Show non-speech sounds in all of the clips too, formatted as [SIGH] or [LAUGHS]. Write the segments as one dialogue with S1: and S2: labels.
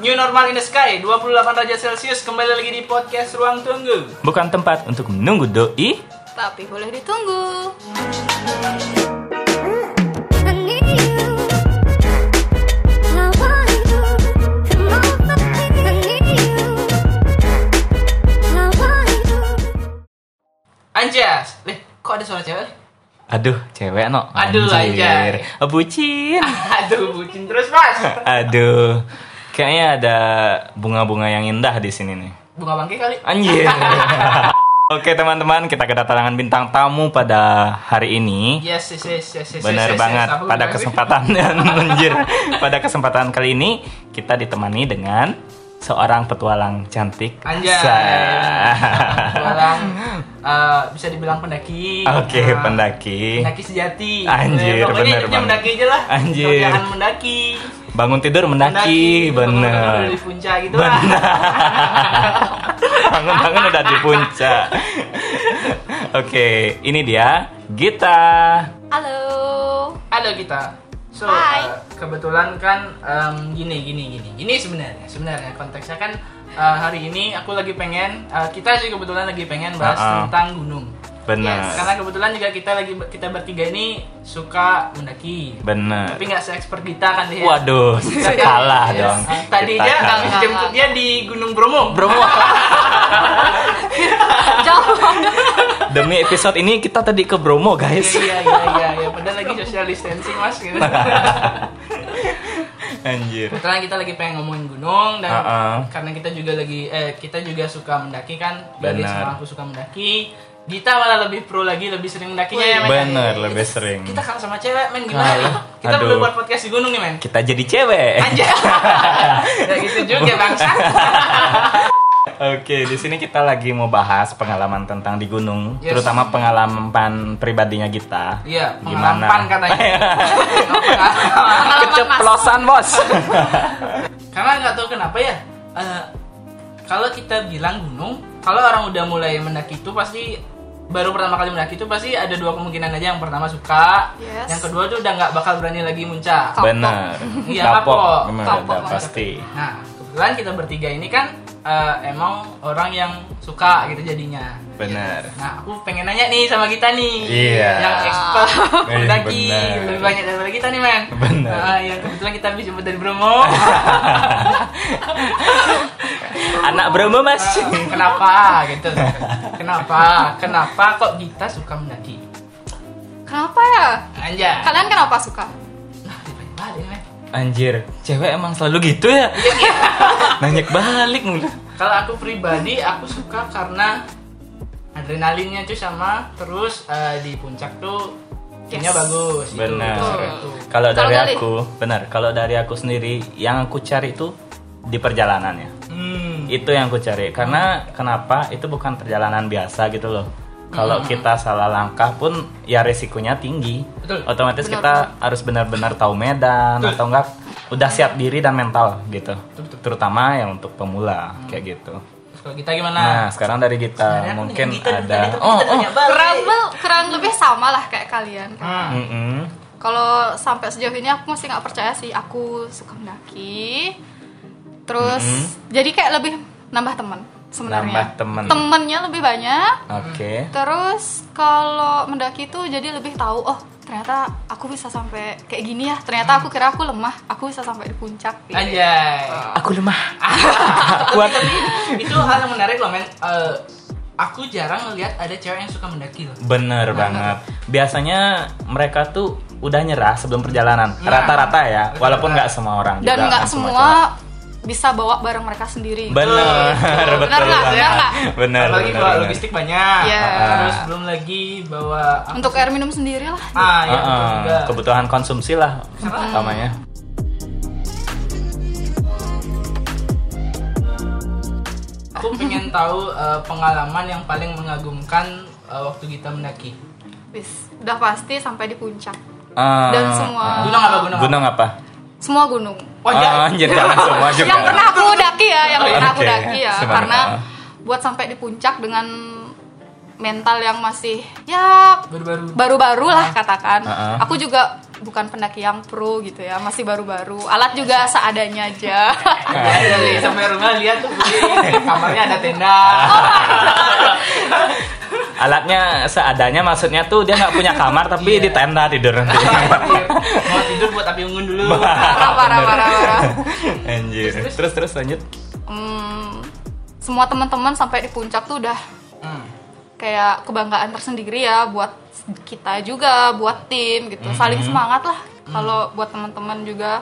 S1: New normal in the sky 28 derajat celcius kembali lagi di podcast ruang tunggu
S2: Bukan tempat untuk menunggu doi.
S3: Tapi boleh ditunggu.
S4: I need you. I want you. Come over, baby. I need you. I want you.
S1: Anjas Lih, kok ada suara cewek? [LAUGHS]
S2: Aduh, cewek no. Oh,
S1: Aduh, anjay.
S2: Bucin.
S1: Aduh, bucin terus mas
S2: Aduh. Kayaknya ada bunga-bunga yang indah di sini nih.
S1: Bunga bangke kali? [LAUGHS]
S2: Anjir. Oke, teman-teman, kita kedatangan bintang tamu pada hari ini.
S1: Yes, yes, yes, yes, yes yes,
S2: Benar
S1: yes,
S2: banget.
S1: yes. Apa
S2: Pada
S1: gimana sih?
S2: kesempatan [LAUGHS] anjir. Pada kesempatan kali ini kita ditemani dengan seorang petualang cantik.
S1: Anjay
S2: Sa- [LAUGHS]
S1: Orang eh, bisa dibilang pendaki
S2: Oke,
S1: Eh,
S2: pendaki.
S1: Pendaki sejati
S2: Anjir,
S1: Eh, Pokoknya
S2: bener
S1: hidupnya
S2: banget.
S1: mendaki aja lah
S2: Anjir.
S1: Kalau Jangan mendaki
S2: Bangun tidur mendaki,
S1: bangun-bangun udah
S2: bener.
S1: Di puncak gitu lah
S2: Bener. [LAUGHS] Bangun-bangun udah di puncak. Oke, ini dia Gita.
S3: Halo.
S1: ada kita so
S3: Hai.
S1: uh, kebetulan kan um, gini gini gini gini sebenarnya sebenarnya konteksnya kan uh, hari ini aku lagi pengen uh, kita sih kebetulan lagi pengen bahas
S2: Uh-uh.
S1: tentang gunung
S2: Bener.
S3: Yes.
S1: karena kebetulan juga kita lagi kita bertiga ini suka mendaki
S2: Bener.
S1: tapi nggak se expert kita kan dia
S2: Waduh,
S1: Kita kan-
S2: kalah
S1: [LAUGHS] Yes.
S2: dong.
S1: Uh, tadinya
S2: Kita
S1: kami
S2: kalah.
S1: jemput dia di Gunung Bromo
S2: Bromo.
S3: Jauh banget.
S2: [LAUGHS] Demi episode ini kita tadi ke Bromo, guys.
S1: iya iya iya iya padahal lagi social distancing mas gitu.
S2: [LAUGHS] Anjir.
S1: Kebetulan kita lagi pengen ngomongin gunung dan
S2: Uh-uh.
S1: karena kita juga lagi eh kita juga suka mendaki kan. Bagi
S2: Benar.
S1: sama aku suka mendaki. Gita malah lebih pro lagi, lebih sering mendakinya ya men.
S2: Bener, lebih sering.
S1: Kita kalah sama cewek men gimana
S2: Kalah.
S1: nih? [LAUGHS] Kita
S2: Aduh.
S1: belum buat podcast di gunung nih men.
S2: Kita jadi cewek.
S1: Anjay. ya gitu juga
S2: [LAUGHS]
S1: bangsa.
S2: Oke, di sini kita lagi mau bahas pengalaman tentang di gunung,
S1: Yes.
S2: terutama pengalaman pribadinya kita.
S1: Iya,
S2: Gimana?
S1: pengalaman
S2: [LAUGHS]
S1: katanya. Pengalaman.
S2: Keceplosan, Bos.
S1: [LAUGHS] Karena nggak tahu kenapa ya. eh, kalau kita bilang gunung, kalau orang udah mulai mendaki itu pasti baru pertama kali mendaki itu pasti ada dua kemungkinan aja. Yang pertama suka,
S3: Yes.
S1: yang kedua tuh udah nggak bakal berani lagi muncak.
S3: Kapok.
S2: Bener.
S1: Iya,
S2: Kapok.
S1: kapok.
S2: Bener,
S3: Kapok,
S2: ada,
S3: Mas.
S2: pasti.
S1: Nah, kebetulan kita bertiga ini kan eh, emang orang yang suka gitu jadinya.
S2: Bener.
S1: Nah, aku pengen nanya nih sama kita nih.
S2: Iya.
S1: Yang expert
S2: Eh,
S1: mendaki
S2: benar.
S1: lebih banyak daripada kita nih, men.
S2: Benar.
S1: Nah, yang kebetulan kita bisa jemput dari Bromo.
S2: [LAUGHS] Anak Bromo, Mas.
S1: kenapa gitu? Kenapa? Kenapa kok kita suka mendaki?
S3: Kenapa ya?
S1: Anjay.
S3: Kalian kenapa suka?
S1: Nah, ditanya balik, men.
S2: Anjir, cewek emang selalu gitu ya? Nanya balik mulu.
S1: Kalau aku pribadi, aku suka karena adrenalinnya tuh sama terus eh, di puncak tuh kayaknya
S3: Yes.
S1: bagus gitu. itu,
S2: Benar.
S1: itu keren tuh.
S2: Kalau
S3: Kalau
S2: dari
S3: dari-
S2: aku, benar. Kalau dari aku sendiri, yang aku cari itu di perjalanannya.
S1: Hmm.
S2: Itu yang aku cari. Karena kenapa? Itu bukan perjalanan biasa gitu loh. Kalau kita salah langkah pun ya resikonya tinggi.
S1: Betul.
S2: Otomatis
S3: Benar,
S2: kita harus benar-benar tahu medan atau enggak udah siap diri dan mental gitu. Terutama yang untuk pemula kayak gitu.
S1: Terus kalau kita gimana?
S2: Nah, sekarang dari kita
S1: Sebenarnya aku
S2: mungkin
S1: nih, kita
S2: ada
S1: dari tadi tuh kita
S2: oh oh.
S1: tanya balik.
S3: Kurang, le- kurang lebih sama lah kayak kalian.
S1: Hmm.
S2: Mm-mm.
S3: Kalau sampai sejauh ini aku masih nggak percaya sih. Aku suka mendaki. Terus jadi kayak lebih nambah teman
S2: Mm-hmm. Nambah
S3: sebenarnya.
S2: teman.
S3: Temennya lebih banyak.
S2: Oke.
S3: Terus kalau mendaki tuh jadi lebih tahu oh ternyata aku bisa sampai kayak gini ya. Ternyata aku kira aku lemah, aku bisa sampai di puncak. gitu.
S1: Anjay.
S2: Aku lemah. [LAUGHS] Kuat.
S1: itu hal yang menarik loh men. Eh, aku jarang ngelihat ada cewek yang suka mendaki loh.
S2: Bener banget. Biasanya mereka tuh udah nyerah sebelum perjalanan.
S1: Nah.
S2: Rata-rata ya,
S1: Rata-rata.
S2: walaupun nggak semua orang.
S3: Dan
S2: juga,
S3: nggak
S2: kan
S3: semua bisa bawa barang mereka sendiri.
S2: cowok. Bener, betul
S3: Bener
S2: banget.
S3: nggak? Bener nggak?
S2: Bener,
S1: Apalagi
S2: bener,
S1: bawa
S2: bener.
S1: logistik banyak.
S3: Iya.
S1: Terus belum lagi bawa
S3: Untuk air minum sendiri lah.
S1: ah ya
S2: Uh-uh,
S1: betul juga.
S2: kebutuhan konsumsi lah utamanya.
S1: Aku pengen tahu eh, pengalaman yang paling mengagumkan eh, waktu kita mendaki.
S3: Wis, udah pasti sampai di puncak.
S2: Ah,
S3: Dan semua
S2: ah.
S1: Gunung apa gunung?
S2: gunung apa?
S3: semua gunung.
S1: Oh, iya.
S2: Ah, anjir, jangan semua juga.
S3: Yang pernah aku daki ya, yang
S2: Oke,
S3: pernah aku daki ya.
S2: semangat.
S3: Karena buat sampai di puncak dengan mental yang masih ya
S1: Baru-baru.
S3: baru-baru lah katakan.
S2: Uh-uh.
S3: Aku juga bukan pendaki yang pro gitu ya, masih baru-baru. Alat juga seadanya
S2: [LAUGHS]
S3: aja.
S1: Ada Li. sampai rumah lihat tuh Li. kamarnya ada tenda. Ah.
S2: Alatnya seadanya maksudnya tuh dia nggak punya kamar tapi di tenda tidur nanti.
S1: Mau tidur buat api unggun dulu.
S3: parah, parah, parah, parah.
S2: [LAUGHS] Anjir. Terus terus lanjut.
S3: Hmm, semua teman-teman sampai di puncak tuh udah
S1: Hmm.
S3: kayak kebanggaan tersendiri ya buat kita juga, buat tim gitu.
S2: Mm-hmm.
S3: Saling semangat lah. Kalau buat teman-teman juga,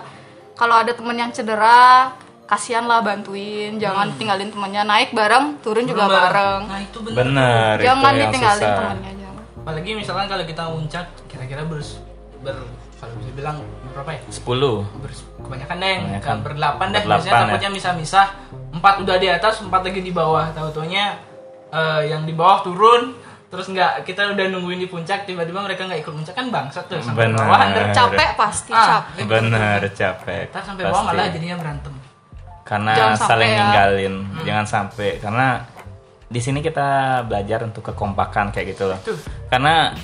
S3: kalau ada teman yang cedera, kasihan lah bantuin.
S2: Mm.
S3: Jangan tinggalin temannya naik bareng, turun juga bareng.
S1: Nah itu bener.
S2: Bener. itu
S3: Jangan
S2: yang
S3: ditinggalin
S2: susah.
S3: temannya jangan.
S1: Apalagi misalkan kalau kita muncak kira-kira ber ber kalau bisa bilang berapa ya?
S2: 10
S1: Ber, kebanyakan deh,
S2: Kebanyakan.
S1: berdelapan deh.
S2: Berdelapan,
S1: Biasanya
S2: ya.
S1: takutnya misah-misah. Empat udah di atas, empat lagi di bawah. Tahu-taunya eh, yang di bawah turun, terus nggak kita udah nungguin di puncak, tiba-tiba mereka nggak ikut puncak kan bangsat tuh sampai
S2: Bener.
S1: bawah. under-
S3: Capek pasti,
S1: Ah.
S3: capek.
S2: Bener capek.
S1: Ntar sampai bawah
S2: Pasti.
S1: malah jadinya berantem.
S2: karena
S3: Jangan sampai
S2: saling
S3: ya.
S2: ninggalin jangan sampai karena di sini kita belajar untuk kekompakan kayak gitu loh
S1: Betul.
S2: karena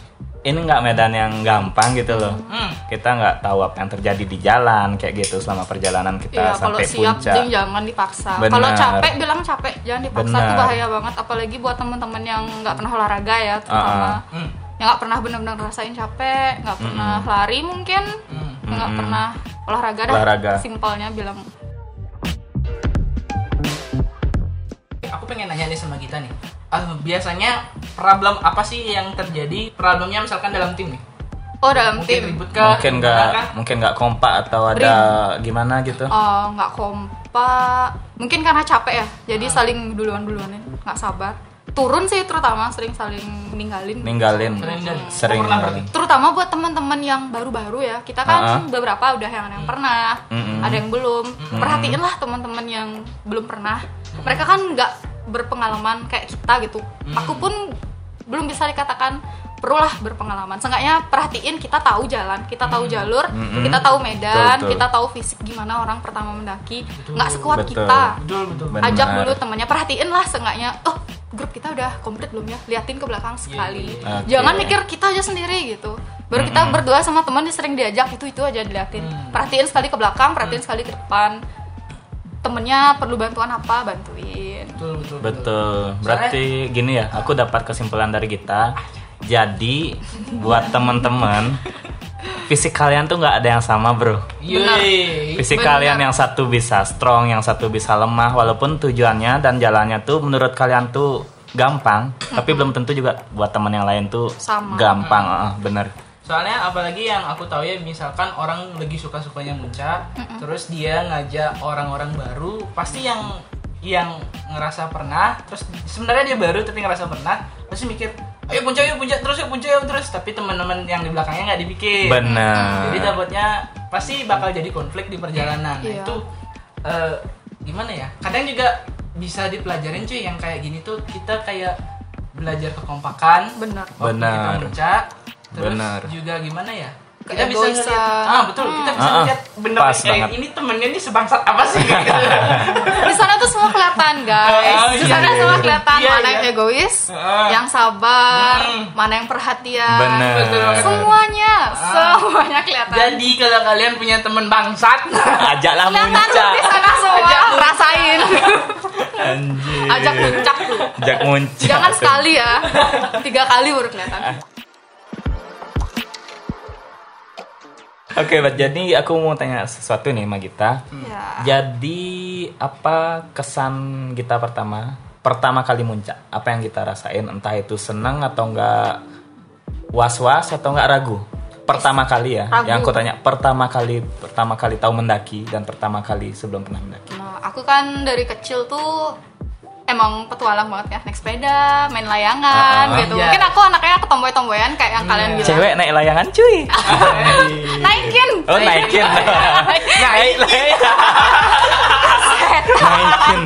S2: ini nggak medan yang gampang gitu loh
S1: Hmm.
S2: kita nggak tahu apa yang terjadi di jalan kayak gitu selama perjalanan
S3: Iya,
S2: kita
S3: kalau
S2: sampai
S3: siap
S2: puncak
S3: ding jangan dipaksa.
S2: Benar.
S3: Kalau capek bilang capek, jangan dipaksa itu
S2: Benar.
S3: bahaya banget. Apalagi buat teman-teman yang nggak pernah olahraga ya,
S2: Ah, ah.
S3: terutama
S1: Hmm.
S3: yang nggak pernah benar-benar ngerasain capek, nggak pernah lari mungkin,
S1: Hmm.
S3: nggak pernah olahraga dah.
S2: Olahraga.
S3: Simpelnya bilang
S1: Aku pengen nanya nih sama kita nih. Eh, biasanya problem apa sih yang terjadi? Problemnya misalkan dalam tim nih.
S3: oh dalam
S1: Mungkin
S3: tim
S1: ribut kah?
S2: mungkin
S1: Gimana
S2: nggak
S1: kah?
S2: mungkin nggak kompak atau ada gimana gitu
S3: oh, nggak kompak, mungkin karena capek ya,
S2: Ah.
S3: jadi saling duluan-duluanin, nggak sabar. Turun sih terutama sering saling ninggalin.
S2: ninggalin
S1: Sering ninggalin.
S2: sering
S1: Pernah berarti?
S2: ninggalin
S3: terutama buat teman-teman yang baru-baru ya kita kan
S2: Ha-ha.
S3: beberapa udah yang ada
S2: Hmm.
S3: yang pernah
S2: Mm-mm.
S3: ada yang belum perhatiinlah teman-teman yang belum pernah mereka kan nggak berpengalaman kayak kita gitu
S2: Hmm.
S3: aku pun belum bisa dikatakan perulah berpengalaman seenggaknya perhatiin kita tahu jalan kita tahu jalur
S2: Mm-mm.
S3: kita tahu medan
S2: Hmm. Betul, betul.
S3: kita tahu fisik gimana orang pertama mendaki
S1: Betul,
S3: nggak sekuat
S2: betul.
S3: kita
S1: Betul betul.
S2: Benar.
S3: ajak dulu temannya perhatiin lah seenggaknya oh grup kita udah komplit belum ya liatin ke belakang sekali
S2: iya, iya.
S3: jangan
S2: Oke.
S3: mikir kita aja sendiri gitu baru kita berdua sama teman dia sering diajak itu itu aja diliatin
S2: Mm.
S3: perhatiin sekali ke belakang perhatiin sekali ke depan temennya perlu bantuan apa bantuin
S1: Betul betul.
S2: Betul. Berarti gini ya, aku dapat kesimpulan dari kita. Jadi buat teman-teman, fisik kalian tuh nggak ada yang sama, Bro.
S1: Iya. Yeay.
S2: Fisik
S3: Benar.
S2: kalian yang satu bisa strong, yang satu bisa lemah, walaupun tujuannya dan jalannya tuh menurut kalian tuh gampang, tapi belum tentu juga buat teman yang lain tuh
S3: Sama.
S2: gampang, ah, bener.
S1: Soalnya apalagi yang aku tahu ya misalkan orang lagi suka-sukanya muncak, terus dia ngajak orang-orang baru, pasti yang yang ngerasa pernah, terus sebenarnya dia baru tapi ngerasa pernah, pasti mikir, ayo puncak yuk puncak terus yuk puncak yuk terus, tapi teman-teman yang di belakangnya nggak dipikir. Jadi
S2: Bener.
S1: takutnya pasti bakal jadi konflik di perjalanan. Nah,
S3: Iya.
S1: Itu eh, gimana ya? Kadang juga bisa dipelajarin cuy yang kayak gini tuh kita kayak belajar kekompakan.
S3: benar
S1: waktu Kita
S2: Benar.
S1: muncak. Terus
S2: Benar.
S1: juga gimana ya? Kita
S3: Kayak
S1: bisa
S3: egoisan.
S1: ngeliat, ah betul, kita bisa
S2: Ah, ah.
S1: ngeliat bener
S2: Pas
S1: kayak
S2: banget.
S1: ini temennya ini sebangsat apa
S2: [LAUGHS]
S1: sih? Gitu.
S3: di sana tuh semua kelihatan guys
S1: Oh,
S3: di
S1: iya,
S3: sana
S1: iya,
S3: semua
S1: iya.
S3: kelihatan
S1: Iya,
S3: mana
S1: iya.
S3: yang egois
S2: Ah.
S1: Heeh.
S3: yang sabar
S2: Mm.
S3: mana yang perhatian
S2: Bener.
S3: semuanya
S2: Ah.
S3: semuanya kelihatan
S1: Jadi kalau kalian punya temen
S2: [LAUGHS]
S1: bangsat,
S2: Ajaklah
S3: kelihatan tuh
S2: muncak.
S3: di sana semua rasain
S2: Anjir.
S3: ajak puncak lu
S2: Ajak muncak.
S3: jangan sekali ya tiga kali baru kelihatan
S2: Ah. Oke, Bat, jadi aku mau tanya sesuatu nih sama Gita.
S3: ya
S2: Jadi apa kesan kita pertama pertama kali muncak? Apa yang kita rasain? Entah itu senang atau enggak was-was atau enggak ragu? Pertama kali ya,
S3: Ragu.
S2: yang aku tanya pertama kali pertama kali tahu mendaki dan pertama kali sebelum pernah mendaki.
S3: nah, aku kan dari kecil tuh emang petualang banget ya naik sepeda main layangan
S2: Ah, Iya.
S3: gitu
S1: iya.
S3: mungkin aku anaknya ketomboy-tomboyan kayak yang kalian bilang
S2: Cewek naik layangan cuy.
S3: naikin
S2: Oh
S3: [LAUGHS]
S2: naikin. naik layangan. naikin.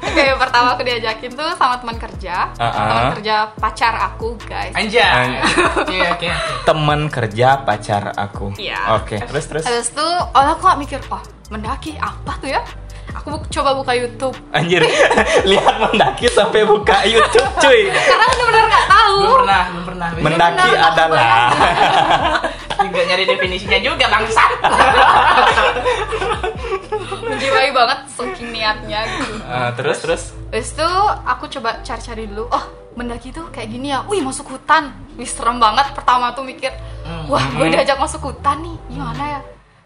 S3: Oke, pertama aku diajakin tuh sama teman kerja,
S2: Ah, ah.
S3: teman kerja pacar aku, guys.
S1: anjay. Oke oke. oke.
S2: Temen kerja pacar aku.
S3: Iya.
S2: Oke, terus terus.
S3: Habis itu, oh aku gak mikir, oh mendaki apa tuh ya? Aku bu- coba buka YouTube
S2: Anjir, [LAUGHS] lihat mendaki sampai buka YouTube cuy.
S3: karena bener-bener nggak tahu.
S1: Belum pernah, belum pernah.
S2: Mendaki
S3: Benar, aku
S2: adalah
S3: bayangin.
S1: Juga nyari definisinya juga bangsat.
S3: menjiwai banget saking niatnya gitu
S2: [LAUGHS] Eh, terus terus
S3: Habis itu aku coba cari-cari dulu. Oh, mendaki tuh kayak gini ya. Wih, masuk hutan. Wih, serem banget. Pertama tuh mikir,
S2: Hmm.
S3: wah, gue diajak masuk hutan nih. Gimana ya?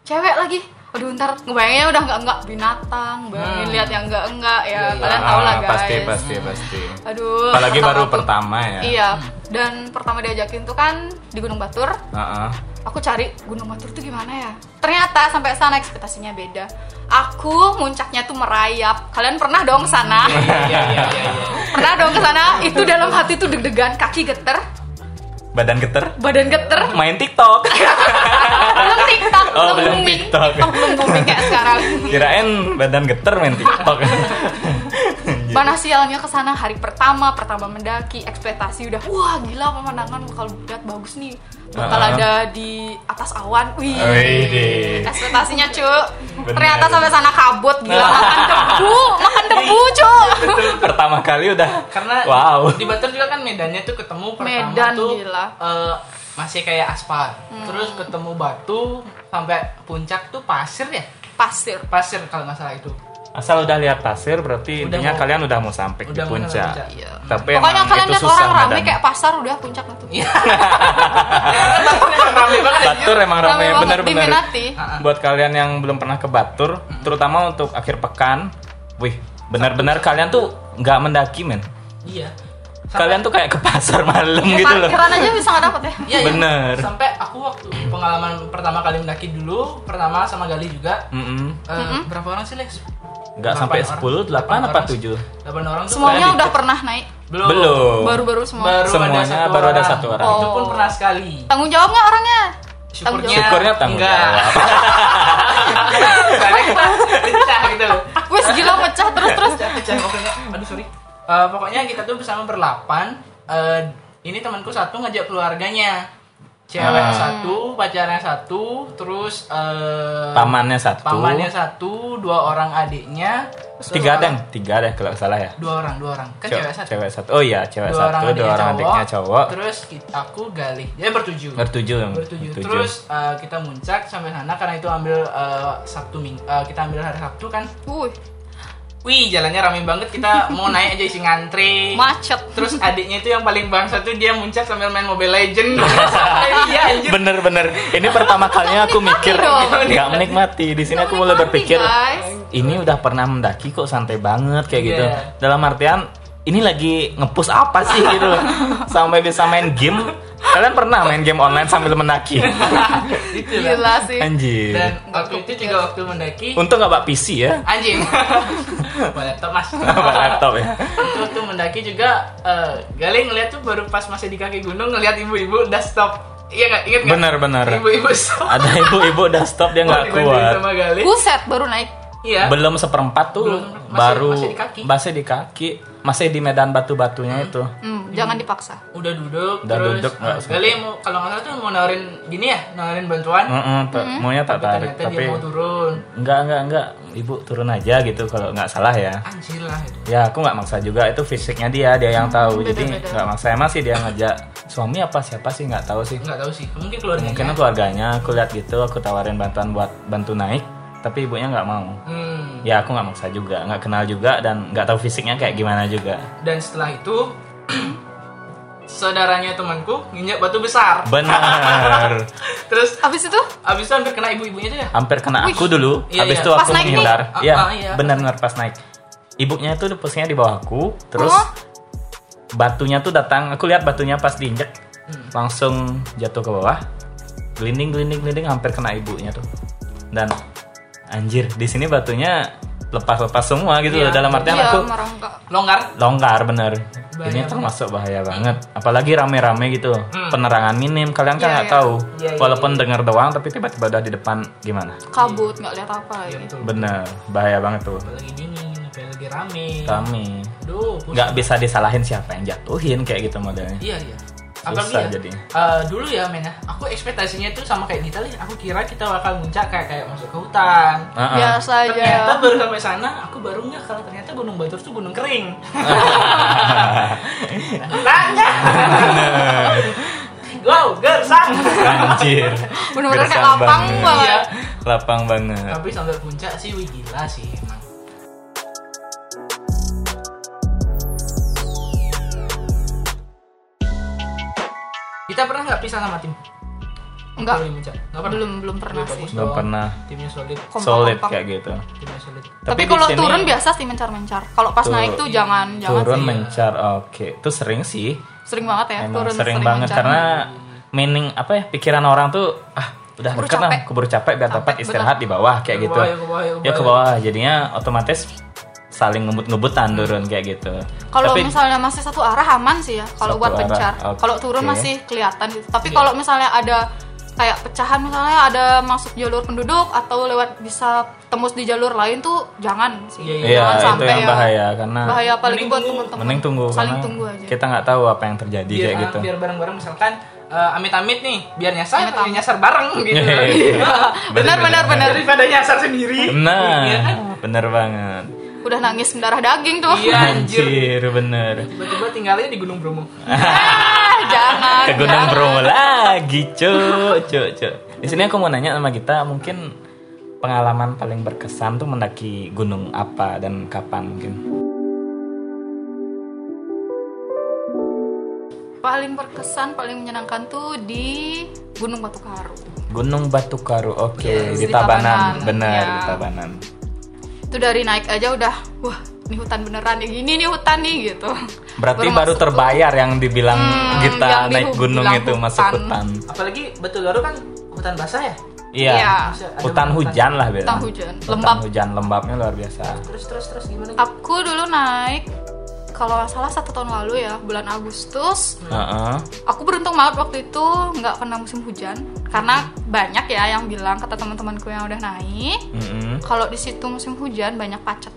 S3: Cewek lagi. Aduh, ntar ngebayanginnya udah enggak enggak binatang, bayangin lihat yang enggak enggak ya. Kalian tau lah,
S2: Ah, Hmm.
S3: guys.
S2: pasti pasti pasti
S3: Aduh.
S2: apalagi baru
S3: tuh-
S2: pertama ya
S3: Iya. Dan pertama diajakin tuh kan di Gunung Batur.
S2: Heeh.
S3: Aku cari Gunung Batur tuh gimana ya? Ternyata sampai sana ekspektasinya beda. Aku muncaknya tuh merayap. Kalian pernah dong ke sana?
S2: [LAUGHS]
S1: Iya iya iya. iya.
S3: pernah dong ke sana itu dalam hati tuh deg-degan kaki geter
S2: badan geter
S3: badan geter
S2: main
S3: [LAUGHS]
S2: TikTok
S3: belum tiktok
S2: Oh, belum
S3: booming.
S2: TikTok.
S3: belum booming kayak sekarang
S2: kirain badan geter main
S3: [LAUGHS]
S2: TikTok
S3: mana sialnya ke sana hari pertama pertama mendaki ekspektasi udah wah gila pemandangan bakal lihat bagus nih bakal
S2: Ah.
S3: ada di atas awan wih
S2: Widih.
S3: ekspektasinya cu
S2: Bener. Nah.
S3: ternyata sampai sana kabut gila makan debu makan debu cu
S2: pertama kali udah
S1: Karena
S2: wow
S1: di Batur juga kan medannya tuh ketemu pertama
S3: Medan,
S1: tuh
S3: gila. Hmm.
S1: eh, masih kayak aspal. Terus ketemu batu sampai puncak tuh pasir ya.
S3: pasir
S1: Pasir kalau nggak salah itu.
S2: asal udah lihat pasir berarti
S1: Udah
S2: intinya
S1: mau-
S2: kalian udah mau sampai
S1: udah
S2: di
S1: mau
S2: puncak
S1: sampai puncak.
S3: Iya.
S2: tapi
S3: pokoknya
S2: emang
S3: kalian
S2: itu
S3: lihat
S2: susah
S3: orang rame
S2: badan.
S3: kayak pasar udah puncak tuh
S1: Iya. Rame banget.
S2: Batur emang rame,
S3: Rame banget,
S2: bener-bener
S3: diminati.
S2: [LAUGHS] buat kalian yang belum pernah ke Batur terutama untuk akhir pekan wih benar-benar kalian tuh nggak mendaki men
S1: Iya.
S2: kalian tuh kayak ke pasar malam gitu loh
S3: parkiran Iya, aja bisa nggak dapet ya
S1: Iya, iya.
S2: Bener.
S1: Sampai aku waktu pengalaman pertama kali mendaki dulu, pertama sama Gali juga.
S2: Mm-mm.
S1: Eh, Berapa orang sih, Lex?
S2: nggak sampai 10 8 apa 7
S1: 8 orang tuh
S3: semuanya
S2: Kayak
S3: udah pernah naik
S1: belum.
S2: belum
S3: baru-baru semua
S1: Baru ada
S2: Semuanya
S1: satu
S2: Oh. baru ada
S1: orang.
S2: satu orang.
S1: Itu pun
S3: Oh.
S1: pernah sekali.
S3: tanggung jawab nggak orangnya
S1: Syukurnya,
S3: jawab.
S2: syukurnya tanggung
S1: enggak. [LAUGHS]
S2: jawab
S1: Soalnya kita pecah gitu.
S3: wes gila pecah terus terus
S1: Pecah, pecah. Pokoknya, aduh sorry. Eh, pokoknya kita tuh bersama berlapan. Eh, ini temanku satu ngajak keluarganya. Cewek
S2: Ah.
S1: satu, pacarnya satu, terus eh,
S2: pamannya satu
S1: pamannya satu, dua orang adiknya, terus
S2: tiga
S1: orang-
S2: deng tiga deh kalau nggak salah ya
S1: Dua orang, dua orang. Kan
S2: Cewek-
S1: cewek satu.
S2: cewek satu oh iya cewek satu dua orang adiknya cowok
S1: Terus kita, aku galih. Jadi bertujuh.
S2: bertujuh yang
S1: Bertujuh. Terus eh, kita muncak sampai sana karena itu ambil eh, Sabtu ming. eh, kita ambil hari Sabtu kan.
S3: Wuih,
S1: Wih, jalannya rame banget. Kita mau naik aja isi ngantri.
S3: macet
S1: Terus adiknya itu yang paling bangsa tuh dia muncak sambil main Mobile
S2: [LAUGHS]
S1: Legend. Iya anjir.
S2: bener-bener ini pertama kalinya aku mikir
S3: dong.
S2: nggak menikmati di sini aku mulai
S3: Menikmati,
S2: berpikir
S3: guys.
S2: ini udah pernah mendaki kok santai banget kayak gitu
S1: Iya.
S2: dalam artian ini lagi ngepus apa sih gitu loh. sampai bisa main game kalian pernah main game online sambil mendaki
S1: Gitu lah.
S3: gila sih
S2: anjir
S1: Dan waktu itu juga waktu mendaki
S2: untung nggak bak PC ya
S1: [LAUGHS] anjing.
S2: [LAUGHS]
S1: Bawa laptop mas.
S2: Bawa laptop ya
S1: Itu waktu mendaki juga eh Galih ngeliat tuh baru pas masih di kaki gunung ngeliat ibu-ibu udah stop. Iya nggak? Ingat nggak?
S2: Benar-benar.
S1: Ibu-ibu stop.
S2: ada ibu-ibu udah stop dia nggak
S1: Dibanding
S2: kuat
S1: Sama Galih.
S3: buset baru naik
S1: Iya.
S2: belum seperempat tuh
S1: Belum, masih-
S2: baru
S1: masih di kaki.
S2: masih di kaki masih di medan batu-batunya itu
S3: Hmm, jangan dipaksa
S1: Udah duduk.
S2: Udah
S1: terus,
S2: duduk, nggak
S1: eh,
S2: usah.
S1: Galih mau kalau nggak salah tuh mau nawarin gini ya, nawarin bantuan.
S2: Heeh, tak- maunya Hmm, tak tarik
S1: Hmm. Ternyata
S2: tapi
S1: dia mau turun.
S2: enggak enggak enggak ibu turun aja gitu kalau nggak salah ya
S1: Anjir lah itu.
S2: ya aku nggak maksa juga itu fisiknya dia dia yang
S1: Hmm,
S2: tahu jadi
S3: beda-beda.
S2: nggak maksa emang sih dia ngajak suami apa siapa sih nggak tahu sih
S1: Nggak tahu sih. Mungkin keluarganya.
S2: mungkin keluarganya aku lihat gitu aku tawarin bantuan buat bantu naik tapi ibunya nggak mau
S1: Hmm.
S2: ya aku nggak maksa juga nggak kenal juga dan nggak tahu fisiknya kayak gimana juga
S1: Dan setelah itu [CLEARS THROAT] saudaranya temanku nginjak batu besar. [LAUGHS]
S2: benar
S1: Terus
S3: abis itu
S1: abis itu hampir kena ibu-ibunya tuh ya.
S2: hampir kena
S3: Wih.
S2: aku dulu
S1: Iya,
S2: habis
S1: iya.
S2: itu
S1: Pas
S2: aku
S3: naik nih.
S2: menghindar
S1: Ah,
S2: ya
S1: ah, iya.
S2: benar-benar pas naik ibunya tuh posisinya di bawah aku terus
S3: Oh.
S2: batunya tuh datang aku lihat batunya pas diinjek
S1: Hmm.
S2: langsung jatuh ke bawah gelinding gelinding gelinding hampir kena ibunya tuh dan anjir di sini batunya lepas-lepas semua gitu
S1: Iya.
S2: loh dalam artian
S3: dia
S2: aku
S3: merangkak
S1: Longgar.
S2: longgar bener
S1: Bahaya
S2: ini
S1: banget. Hmm.
S2: termasuk bahaya banget apalagi rame-rame gitu penerangan minim kalian kan
S3: Iya,
S2: nggak
S3: iya.
S2: tahu
S1: Iya, iya,
S2: walaupun dengar doang tapi tiba-tiba udah di depan gimana
S3: kabut nggak lihat apa
S1: Iya
S3: ini
S1: betul.
S2: Bener, bahaya banget tuh.
S1: Apalagi dingin, apalagi rame.
S2: Kami
S1: Aduh, pusing.
S2: nggak bisa disalahin siapa yang jatuhin kayak gitu modelnya.
S1: Iya iya.
S2: Susah
S1: Apalagi ya,
S2: jadinya.
S1: eh, dulu ya men ya, aku ekspektasinya tuh sama kayak Dita Lih. Aku kira kita bakal muncak kayak kayak masuk ke hutan.
S2: Heeh.
S3: biasa aja
S1: Ternyata baru sampai sana, aku baru nggak kalau ternyata Gunung Batur tuh gunung kering.
S3: [LAUGHS]
S1: Tanya. [LAUGHS] wow gersang
S2: Anjir.
S3: [LAUGHS] Bener-bener kayak
S2: Gersang
S3: lapang banget.
S1: Iya.
S2: Lapang banget.
S1: tapi sampai puncak sih wih gila sih emang kita pernah nggak pisah sama tim
S3: Enggak.
S1: Dari puncak nggak pernah
S3: Belum belum pernah
S1: Bagus
S3: sih.
S2: Belum
S1: doang.
S2: pernah.
S1: timnya solid
S3: Kompak-kompak.
S2: Solid kayak gitu.
S1: timnya solid
S3: Tapi,
S2: di
S3: kalau
S2: sini
S3: turun biasa sih mencar-mencar. Kalau pas
S2: Turun.
S3: naik tuh jangan jangan
S2: turun
S3: sih.
S2: mencar. Oke, itu sering sih.
S3: Sering banget ya
S2: Emang
S3: turun
S2: sering, banget
S3: mencar.
S2: karena meaning apa ya pikiran orang tuh ah udah
S3: Keburu
S2: deket lah
S3: capek.
S2: keburu capek biar
S3: Capek,
S2: dapat istirahat di bawah kayak
S1: Ke
S2: gitu
S1: bawah, ya, ke bawah, ya, ke
S2: ya ke
S1: bawah.
S2: bawah jadinya otomatis saling ngebut-ngebutan turun kayak gitu
S3: Kalau
S2: Tapi-
S3: misalnya masih satu arah aman sih ya kalau
S2: Satu
S3: buat
S2: arah,
S3: pencar.
S2: oke. Iya.
S3: Kalau turun masih kelihatan gitu. Tapi kalau misalnya ada kayak pecahan misalnya ada masuk jalur penduduk atau lewat bisa tembus di jalur lain tuh jangan sih.
S1: Iya,
S2: Iya,
S3: jangan ya.
S2: itu yang bahaya karena
S3: bahaya apalagi
S1: Mending
S3: buat
S1: tunggu.
S3: teman-teman.
S2: mending tunggu
S3: Saling
S2: karena
S3: tunggu aja. Iya,
S2: kita nggak tahu apa yang terjadi
S1: biar, ah,
S2: kayak gitu.
S3: [LAUGHS]
S1: biar bareng-bareng misalkan eh, amit-amit nih biar nyasar
S3: Amit-amit.
S1: nyasar
S2: [LAUGHS]
S1: bareng gitu [LAUGHS]
S2: Iya.
S3: benar benar benar.
S1: daripada nyasar sendiri
S2: Nah,
S1: Iya kan?
S2: bener banget.
S3: Udah nangis mendarah daging tuh.
S1: Iya. Anjir.
S2: Anjir, bener.
S1: tiba-tiba tinggalnya di Gunung Bromo
S3: Ah, [LAUGHS] jangan.
S2: Ke Gunung Bromo lagi, cuk, cuk, cuk. Di sini aku mau nanya sama kita, mungkin pengalaman paling berkesan tuh mendaki gunung apa dan kapan mungkin?
S3: Paling berkesan, paling menyenangkan tuh di Gunung Batu Karu.
S2: Gunung Batu Karu, oke,
S3: Yes,
S2: di
S3: Iya, di
S2: Tabanan,
S3: Tabanan,
S2: bener,
S3: iya.
S2: di Tabanan.
S3: Itu dari naik aja udah, wah, ini hutan beneran ya gini nih hutan nih gitu.
S2: Berarti
S3: Baru
S2: baru
S3: masuk
S2: terbayar yang dibilang
S3: Hmm,
S2: kita
S3: yang
S2: naik
S3: dihu-
S2: gunung
S3: bilang
S2: itu masuk
S3: hutan.
S2: hutan.
S1: apalagi betul Garu kan hutan basah ya
S2: Iya.
S3: Iya.
S1: Masih ada
S2: Hutan hujan lah bilang.
S3: Hutan hujan,
S2: Hutan
S3: lembab.
S2: hujan lembabnya luar biasa.
S1: terus terus terus gimana
S3: Aku dulu naik kalau nggak salah satu tahun lalu ya bulan Agustus
S2: Heeh.
S3: aku beruntung banget waktu itu nggak kena musim hujan karena banyak ya yang bilang kata teman-temanku yang udah naik
S2: Mm-mm.
S3: kalau di situ musim hujan banyak pacet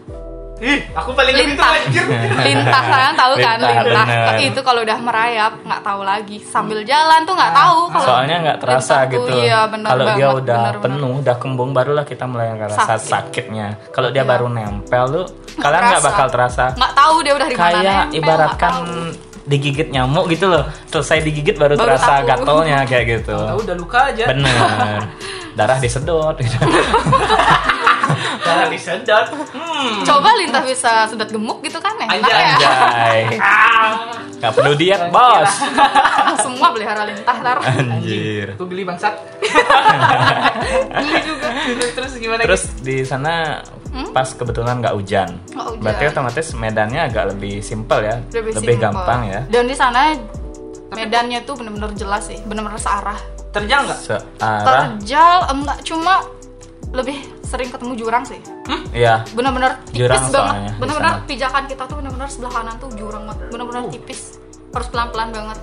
S1: ih aku paling gak gitu
S3: Lintah.
S2: [LAUGHS]
S1: anjir
S3: lintah kalian tahu kan
S2: Lintah,
S3: lintah
S2: bener.
S3: itu kalau udah merayap nggak tahu lagi sambil jalan tuh nggak tahu kalau
S2: Ah, Soalnya nggak terasa
S3: lintah tuh,
S2: gitu.
S3: iya bener
S2: Kalau dia
S3: banget,
S2: udah
S3: bener
S2: penuh, udah kembung barulah kita mulai ngerasa
S3: Sakit.
S2: sakitnya. Kalau dia
S3: Iya.
S2: baru nempel tuh, kalian nggak
S3: terasa.
S2: bakal terasa.
S3: banget. nggak tahu dia udah di mana
S2: Kayak
S3: nempel,
S2: ibaratkan
S3: nggak tahu.
S2: digigit nyamuk gitu loh. Selesai digigit baru,
S3: Baru
S2: terasa
S3: tahu.
S2: gatalnya kayak gitu.
S1: tahu udah luka aja [LAUGHS]
S2: Bener. Darah
S3: [LAUGHS]
S2: disedot. gitu.
S1: darah disedot hmm
S3: coba lintah bisa sedot gemuk gitu kan enak
S1: Anjay,
S3: ya
S2: Anjay.
S1: ah
S2: Gak perlu
S3: Iya.
S2: diet, bos.
S3: [LAUGHS] semua pelihara lintah tar
S2: Anjir.
S1: aku beli
S2: [LAUGHS]
S1: bangsat beli juga terus terus gimana
S2: Terus di sana pas kebetulan nggak hujan.
S3: Nggak hujan.
S2: Berarti otomatis medannya agak lebih simpel ya, lebih,
S3: simple.
S2: gampang ya.
S3: dan di sana medannya tuh bener-bener jelas sih bener-bener searah
S1: Gitu? terjal nggak
S2: Searah,
S3: terjal enggak cuma lebih sering ketemu jurang sih
S2: ya.
S3: bener-bener tipis
S2: Jurang
S3: banget
S2: soalnya di
S3: bener-bener
S2: sana.
S3: pijakan kita tuh bener-bener sebelah kanan tuh jurang banget bener-bener
S2: Uh.
S3: tipis harus pelan-pelan banget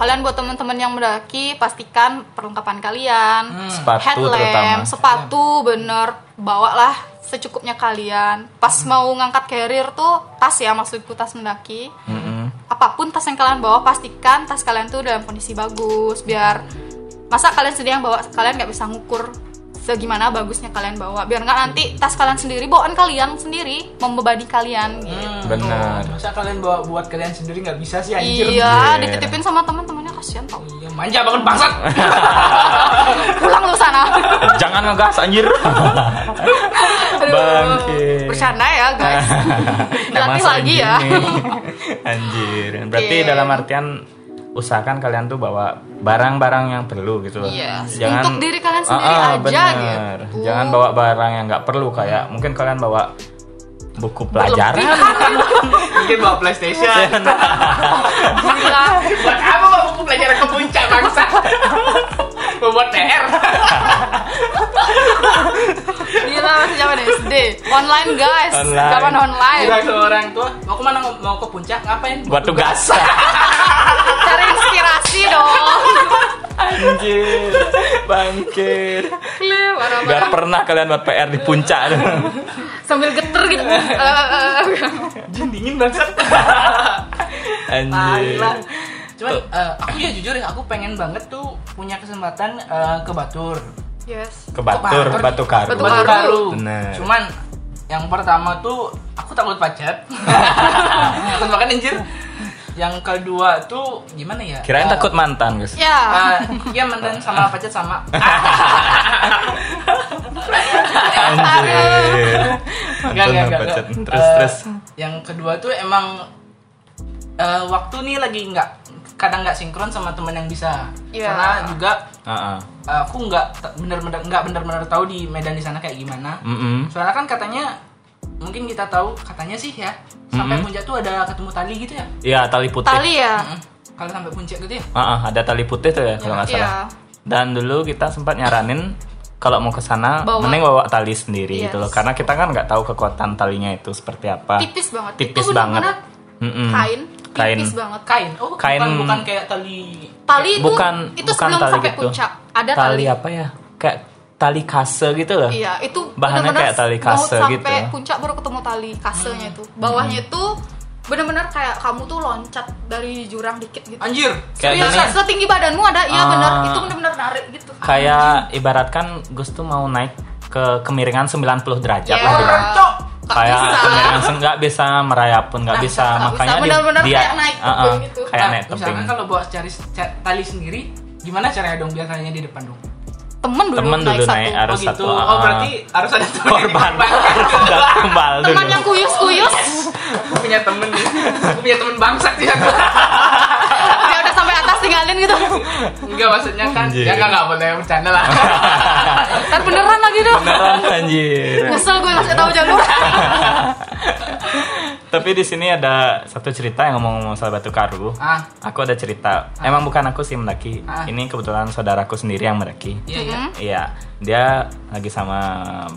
S3: kalian buat temen-temen yang mendaki pastikan perlengkapan kalian
S2: Hmm. Sepatu terutama.
S3: headlamp sepatu bener bawalah secukupnya kalian pas
S2: Hmm.
S3: mau ngangkat carrier tuh tas ya maksudku tas mendaki
S2: Mm-mm.
S3: apapun tas yang kalian bawa pastikan tas kalian tuh dalam kondisi bagus biar masa kalian sendiri yang bawa kalian nggak bisa ngukur segimana bagusnya kalian bawa biar nggak nanti tas kalian sendiri bawaan kalian sendiri membebani kalian gitu.
S2: Benar.
S1: Oh, masa kalian bawa buat kalian sendiri nggak bisa sih anjir
S3: iya
S2: Anjir.
S3: dititipin sama teman-temannya kasihan tau
S1: Iya, manja banget bangsat
S3: pulang lu sana
S2: Jangan ngegas anjir.
S3: Aduh,
S2: Bangke.
S3: bercanda ya
S2: [LAUGHS]
S3: guys
S2: Emang
S3: nanti lagi ya [LAUGHS]
S2: segini. Anjir. Berarti
S3: Oke.
S2: dalam artian usahakan kalian tuh bawa barang-barang yang perlu gitu loh.
S3: Yes, Iya. untuk diri kalian sendiri
S2: Ah, ah,
S3: aja
S2: bener.
S3: gitu.
S2: Jangan bawa barang yang nggak perlu kayak mungkin kalian bawa buku pelajaran [LAUGHS] Nah,
S1: mungkin bawa PlayStation
S3: Gila.
S1: buat apa bawa buku pelajaran ke puncak bangsat Bawa buat PR
S3: gila masih zaman SD online guys
S2: Online.
S3: zaman online
S1: bilang ke orang tua mau kemana mau ke puncak ngapain
S2: buat tugas.
S3: [LAUGHS] cari inspirasi dong
S2: Anjir, bangkir.
S3: Lih, parah
S2: Gak pernah kalian buat PR di
S3: [LAUGHS]
S2: puncak.
S3: sambil geter gitu. Eh, eh, eh.
S1: Jin dingin bangsat
S2: Anjir.
S1: Gila. Cuman eh, aku ya jujur ya aku pengen banget tuh punya kesempatan eh, ke Batur.
S3: yes.
S2: Ke Batur,
S1: Ke Batur.
S2: Batu Karu.
S3: Batu Karu.
S2: Bener.
S1: Cuman yang pertama tuh aku takut pacet. Takut makan anjir. Yang kedua tuh gimana ya?
S2: Kirain
S1: Eh,
S2: takut mantan, guys.
S3: Ya.
S2: [LAUGHS]
S1: eh, Iya mantan sama pacar sama.
S2: Anjir.
S1: Ah, Enggak, enggak,
S2: Mantan,
S1: enggak, enggak.
S2: pacar. Terus,
S1: Eh,
S2: terus.
S1: Yang kedua tuh emang eh, waktu nih lagi nggak kadang nggak sinkron sama teman yang bisa.
S3: Iya.
S1: Karena juga
S2: Heeh.
S1: eh, aku nggak t- bener-bener nggak bener-bener tahu di medan di sana kayak gimana.
S2: Mm-mm.
S1: Soalnya kan katanya mungkin kita tahu katanya sih ya sampai
S2: Mm-mm.
S1: puncak tuh ada ketemu tali gitu ya.
S2: Iya, tali putih.
S3: Tali ya.
S1: Mm-mm. Kalau sampai puncak gitu ya.
S2: Heeh, ada tali putih tuh ya kalau nggak
S3: Iya.
S2: salah. Dan dulu kita sempat nyaranin kalau mau ke sana
S3: Bawa-
S2: mending bawa tali sendiri gitu
S3: Yes.
S2: loh karena kita kan nggak tahu kekuatan talinya itu seperti apa.
S3: Tipis banget.
S2: Tipis
S3: Itu
S2: banget.
S3: bener-bener
S2: Mm-mm.
S3: Kain.
S2: Hmm, Kain.
S3: Tipis banget.
S1: Kain. Oh,
S2: Kain-
S1: bukan bukan kayak tali
S3: Tali itu
S2: bukan
S3: itu
S2: bukan
S3: sebelum
S2: tali
S3: sampai
S2: gitu.
S3: puncak. Ada
S2: tali apa ya? Kayak tali kase gitu loh.
S3: Iya, itu
S2: Bahannya
S3: bener-bener
S2: kayak tali
S3: mau
S2: kase gitu. Hmm.
S3: Sampai puncak baru ketemu tali kasenya itu. Bawahnya itu bener-bener kayak kamu tuh loncat dari jurang dikit gitu.
S1: Anjir.
S2: Kayak
S3: Serius,
S2: gini.
S3: setinggi badanmu ada, iya bener.
S2: Ah.
S3: Itu bener-bener narik gitu.
S2: Kayak ibaratkan Gus tuh mau naik ke kemiringan 90 derajat
S3: Iya.
S2: lah gitu.
S1: Cok.
S3: Nggak
S2: kayak
S3: bisa.
S2: kemiringan se- nggak bisa merayap pun nggak
S3: Nggak
S2: bisa
S3: bisa, nggak
S2: makanya
S3: bisa.
S2: dia-
S3: Benar-benar
S2: dia
S3: kayak naik
S2: Heeh,
S3: tebing gitu.
S2: kayak
S1: Nah,
S2: naik tebing
S1: misalkan kalau bawa cari ca- tali sendiri, gimana caranya dong biasanya di depan dong?
S3: Temen dulu
S2: temen
S3: naik
S2: dulu
S3: satu.
S2: naik harus
S1: oh gitu.
S2: satu
S1: oh
S2: heeh.
S1: berarti harus ada teman yang [LAUGHS]
S2: [LAUGHS] korban
S1: dikorbankan.
S2: Nggak kembal dulu
S3: Teman yang kuyus-kuyus.
S1: Aku punya temen nih. Aku punya temen bangsat sih aku.
S3: [LAUGHS] dia udah sampai atas tinggalin
S2: [LAUGHS]
S3: gitu.
S1: Enggak maksudnya kan
S2: Anjir.
S1: ya enggak enggak boleh bercanda
S2: [LAUGHS]
S1: lah.
S3: Ntar beneran lagi dong.
S2: beneran anjir
S3: Nyesel gue masih tahu
S2: [LAUGHS]
S3: jalur.
S2: tapi di sini ada satu cerita yang ngomong-ngomong soal batu karu
S1: Ah.
S2: aku ada cerita emang bukan aku sih yang mendaki
S1: Ah.
S2: ini kebetulan saudaraku sendiri yang mendaki
S1: Iya iya.
S2: Iya, dia lagi sama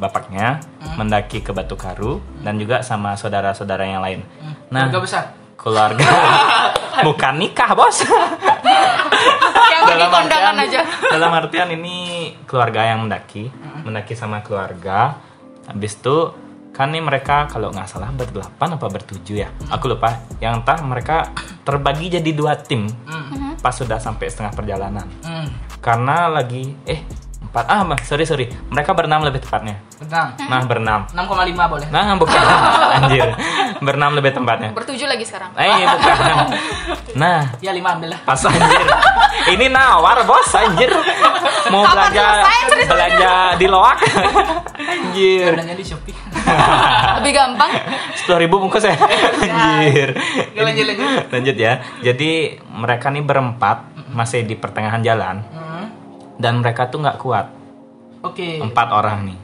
S2: bapaknya mendaki ke Batu Karu dan juga sama saudara-saudara yang lain. Nah.
S1: Keluarga besar?
S2: Keluarga bukan nikah, Bos.
S3: Kayak gue di kondangan aja.
S2: Dalam artian ini keluarga yang mendaki, mendaki sama keluarga. Habis itu kan nih mereka kalau nggak salah berdelapan apa bertujuh ya. Aku lupa. Yang entah mereka terbagi jadi dua tim. Pas sudah sampai setengah perjalanan
S1: Hmm.
S2: karena lagi eh empat ah ma- sorry sorry mereka berenam lebih tepatnya
S1: Bentar.
S2: nah berenam
S1: 6,5 boleh.
S2: nah bukan [LAUGHS] anjir berenam lebih tempatnya
S3: Bertujuh lagi sekarang.
S2: eh bukan nah
S1: Ya 5 ambil lah.
S2: pas anjir ini nawar bos anjir mau
S3: Kapan
S2: belanja
S3: selesai ceritanya?
S2: belanja di loak anjir
S1: Sebenarnya di
S2: [LAUGHS]
S1: Shopee.
S3: Lebih gampang.
S2: sepuluh ribu bungkus ya anjir
S1: Oke, lanjut, lanjut.
S2: lanjut ya jadi mereka nih berempat masih di pertengahan jalan
S1: Hmm.
S2: dan mereka tuh nggak kuat
S1: Oke.
S2: empat orang nih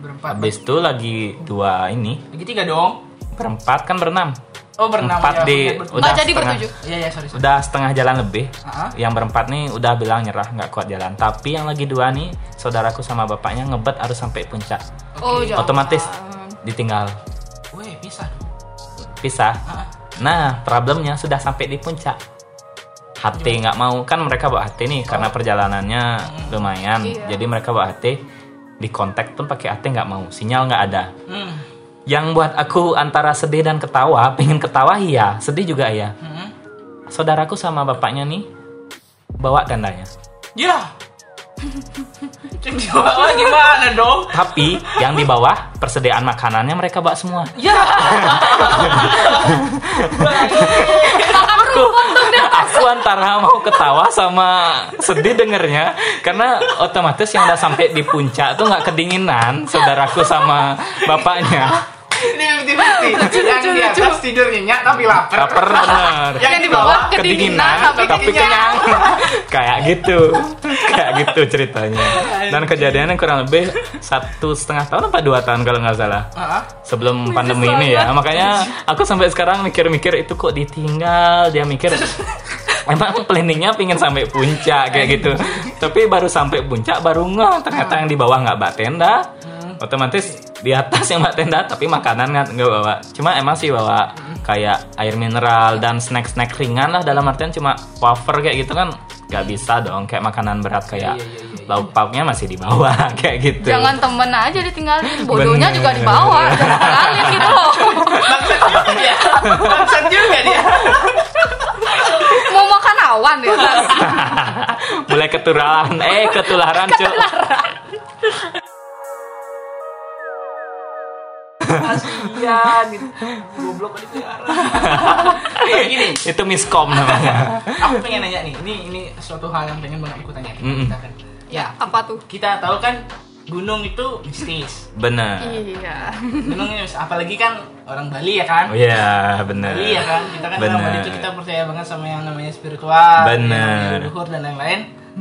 S1: Berempat.
S2: Habis itu lagi dua ini
S1: Lagi tiga dong.
S2: berempat kan berenam.
S1: Oh berenam. ya.
S2: Empat di
S1: Bertujuh.
S2: udah
S3: Nggak jadi
S2: setengah,
S3: bertujuh.
S1: Iya iya sorry. sorry.
S2: udah setengah jalan lebih.
S1: Ah.
S2: Yang berempat nih udah bilang nyerah nggak kuat jalan. Tapi yang lagi dua nih saudaraku sama bapaknya ngebet harus sampai puncak.
S3: Oh, jangan. [LAUGHS]
S2: Otomatis ditinggal
S1: Weh, bisa dong.
S2: pisah.
S1: Ah.
S2: Nah problemnya sudah sampai di puncak. Hati nggak mau kan mereka bawa hati nih karena perjalanannya lumayan.
S3: Iya.
S2: Jadi mereka bawa hati di kontak pun pakai hati nggak mau sinyal nggak ada.
S1: Hmm.
S2: Yang buat aku antara sedih dan ketawa, [LAUGHS] pengen ketawa iya, sedih juga iya.
S1: Hmm.
S2: Saudaraku sama bapaknya nih bawa tendanya.
S1: Gila. [LAUGHS] Coba Ya. gimana dong?
S2: Tapi yang di bawah persediaan makanannya mereka bawa semua.
S1: Ya.
S2: Aku, aku antara mau ketawa sama sedih dengernya karena otomatis yang udah sampai di puncak tuh nggak kedinginan saudaraku sama bapaknya.
S1: Ini yang tiba-tiba yang di atas tidur nyenyak tapi lapar.
S2: Laper [LAUGHS] bener.
S1: Yang
S3: Yang di bawah
S2: kedinginan tapi, kenyang [LAUGHS] kayak gitu kayak gitu ceritanya dan kejadiannya kurang lebih satu setengah tahun apa dua tahun kalau nggak salah
S1: Heeh.
S2: sebelum pandemi ini ya makanya aku sampai sekarang mikir-mikir itu kok ditinggal dia mikir emang planningnya pingin sampai puncak kayak gitu tapi baru sampai puncak baru ngeh ternyata yang di bawah nggak bawa tenda otomatis di atas yang bawa tenda tapi makanan nggak nggak bawa cuma emang sih bawa kayak air mineral dan snack snack ringan lah dalam artian cuma wafer kayak gitu kan nggak bisa dong kayak makanan berat kayak
S1: Iya, iya, iya, iya.
S2: lauk pauknya masih di bawah [LAUGHS] kayak gitu
S3: Jangan temen aja ditinggalin. Bodohnya
S2: Bener.
S3: juga dibawa. Jangan tinggalin gitu
S2: [LAUGHS]
S3: loh.
S1: Bangsat juga dia. Bangsat juga dia.
S3: Mau makan awan ya.
S2: [LAUGHS] mulai ketularan eh ketularan cuy
S1: kalian gitu goblok kali ya. pelihara Tapi gini
S2: Eh, Itu miskom namanya.
S1: aku pengen nanya nih ini ini suatu hal yang pengen banget aku tanya
S2: Mm-mm.
S1: kita kan ya
S3: apa tuh
S1: kita tahu kan gunung itu
S2: [LAUGHS]
S1: mistis
S2: Bener.
S3: iya
S1: gunung itu mistis. apalagi kan orang Bali ya kan
S2: Oh iya, bener.
S1: Bali ya kan kita kan
S2: Bener.
S1: orang Bali itu kita percaya banget sama yang namanya spiritual yang
S2: Bener.
S1: namanya luhur dan lain-lain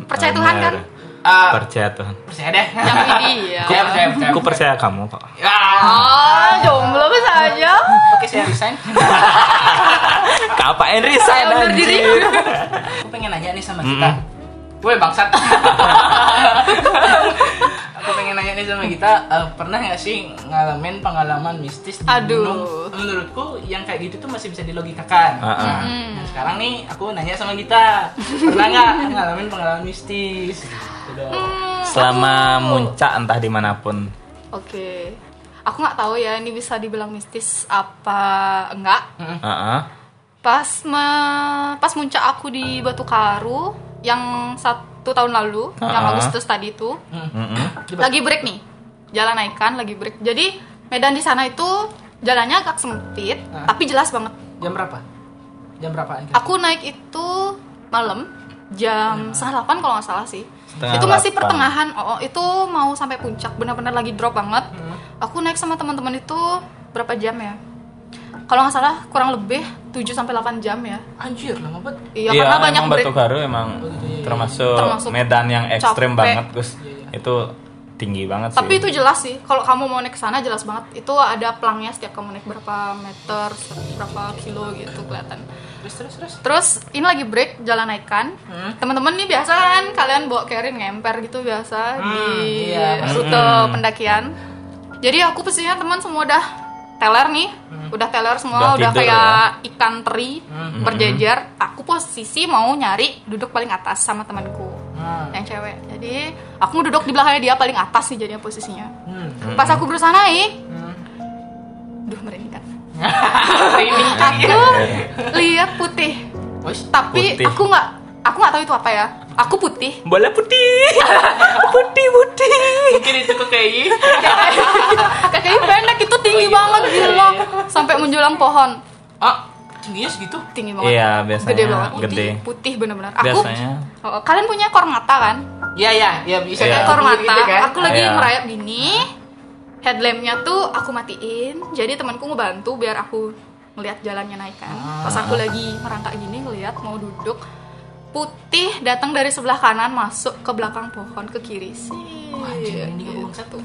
S3: percaya Tuhan kan
S2: Bener.
S1: Ah,
S2: Percaya Tuhan.
S1: percaya
S3: [LAUGHS]
S1: deh
S3: yang ini ya
S1: Percaya, percaya, percaya.
S2: Aku percaya kamu kok.
S1: Ya.
S3: ah jomblo saja
S1: Oke, saya resign.
S2: Kapain resign
S3: Bener diri.
S2: anjir.
S1: Aku pengen nanya nih sama
S2: Mm-mm.
S1: kita. Woi, bangsat. Aku pengen nanya nih sama kita, eh, pernah nggak sih ngalamin pengalaman mistis di
S3: Aduh.
S1: gunung? Menurutku yang kayak gitu tuh masih bisa dilogikakan.
S2: Heeh.
S1: Nah, sekarang nih aku nanya sama kita, pernah nggak ngalamin pengalaman mistis? Gitu dong.
S3: Hmm,
S2: Selama
S3: aku-
S2: muncak entah dimanapun.
S3: oke aku nggak tahu ya ini bisa dibilang mistis apa enggak
S2: Heeh.
S3: pas me- pas muncak aku di Batu Karu yang satu tahun lalu yang
S2: Ah.
S3: Agustus tadi itu
S2: Mm-mm.
S1: Coba.
S3: lagi break nih jalan naikkan lagi break jadi medan di sana itu jalannya agak sempit
S1: Ah.
S3: tapi jelas banget
S1: Jam berapa? Jam berapaan? kita?
S3: aku naik itu malam jam setengah delapan kalau nggak salah sih
S2: Setengah
S3: itu masih
S2: delapan.
S3: pertengahan oh oh, itu mau sampai puncak benar-benar lagi drop banget aku naik sama teman-teman itu berapa jam ya kalau nggak salah kurang lebih 7 sampai 8 jam ya
S1: Anjir, lama banget.
S3: iya, karena banyak
S2: emang
S3: break
S2: Batu Garu emang termasuk,
S3: Termasuk
S2: medan yang ekstrim
S3: capek.
S2: banget, Gus.
S1: Iya,
S2: Itu tinggi banget
S3: tapi
S2: sih. Iya.
S3: itu jelas sih kalau kamu mau naik ke sana jelas banget itu ada pelangnya setiap kamu naik berapa meter berapa kilo gitu kelihatan
S1: Terus terus terus.
S3: Terus ini lagi break jalan naikkan. Teman-teman nih biasa kan kalian bawa carry ngemper gitu biasa di
S1: iya, pasti.
S3: rute pendakian. Jadi aku pesisnya teman semua udah teler nih, udah teler
S2: Udah
S3: semua, udah,
S2: tidur
S3: kayak ikan teri berjejer. Aku posisi mau nyari duduk paling atas sama temanku
S1: Hmm.
S3: yang cewek. Jadi aku duduk di belakangnya dia paling atas sih jadinya posisinya.
S1: Hmm. [LAUGHS]
S3: Pas aku berusaha naik,
S1: Hmm.
S3: duh merinding kan.
S1: Ini
S3: Aku lihat putih
S1: Wes,
S3: tapi
S2: Iya, Putih.
S3: aku nggak aku nggak tahu itu apa ya aku putih
S2: Bola putih.
S3: Iya.
S2: putih putih.
S1: mungkin itu ke KI.
S3: kakaknya pendek itu tinggi
S2: Oh, iya.
S3: banget gila sampai menjulang pohon
S1: Ah, tingginya segitu.
S3: tinggi banget
S2: Iya, biasanya
S3: gede banget
S2: gede.
S3: putih, putih bener-bener aku
S2: Biasanya.
S3: Oh, oh, kalian punya ekor mata kan
S1: Iya, iya, iya bisa
S2: Iya.
S1: kan
S3: ekor mata
S1: gitu kan.
S3: aku lagi
S2: Iya.
S3: merayap gini headlampnya tuh aku matiin jadi temanku ngebantu biar aku ngelihat jalannya naik kan pas aku
S2: Ah.
S3: lagi merangkak gini ngelihat mau duduk putih datang dari sebelah kanan masuk ke belakang pohon ke kiri sih
S1: Anjing, ini aku bangsa tuh.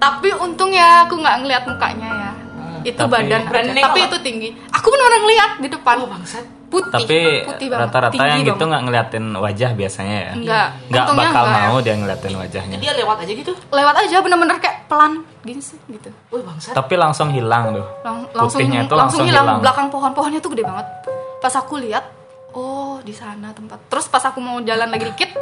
S3: Tapi untung ya aku nggak ngeliat mukanya ya. itu
S2: Ah, Tapi-
S3: badan aja.
S1: Branding
S3: tapi
S1: apa?
S3: itu tinggi. Aku benar-benar ngeliat di depan
S1: Oh, bangsat.
S3: putih.
S2: Tapi
S3: putih banget,
S2: rata-rata
S3: tinggi
S2: yang gitu
S3: banget.
S2: nggak ngeliatin wajah biasanya ya.
S3: Enggak.
S2: Nggak
S3: Untungnya
S2: bakal
S3: enggak.
S2: mau dia ngeliatin wajahnya.
S1: Dia lewat aja gitu.
S3: Lewat aja benar-benar kayak pelan gini sih gitu.
S1: Woi, Oh, bangsat.
S2: Tapi langsung hilang tuh.
S3: Lang- langsung
S2: Putihnya tuh
S3: langsung,
S2: langsung
S3: hilang.
S2: hilang.
S3: Belakang pohon-pohonnya tuh gede banget. Pas aku lihat, oh di sana tempat. Terus pas aku mau jalan lagi dikit,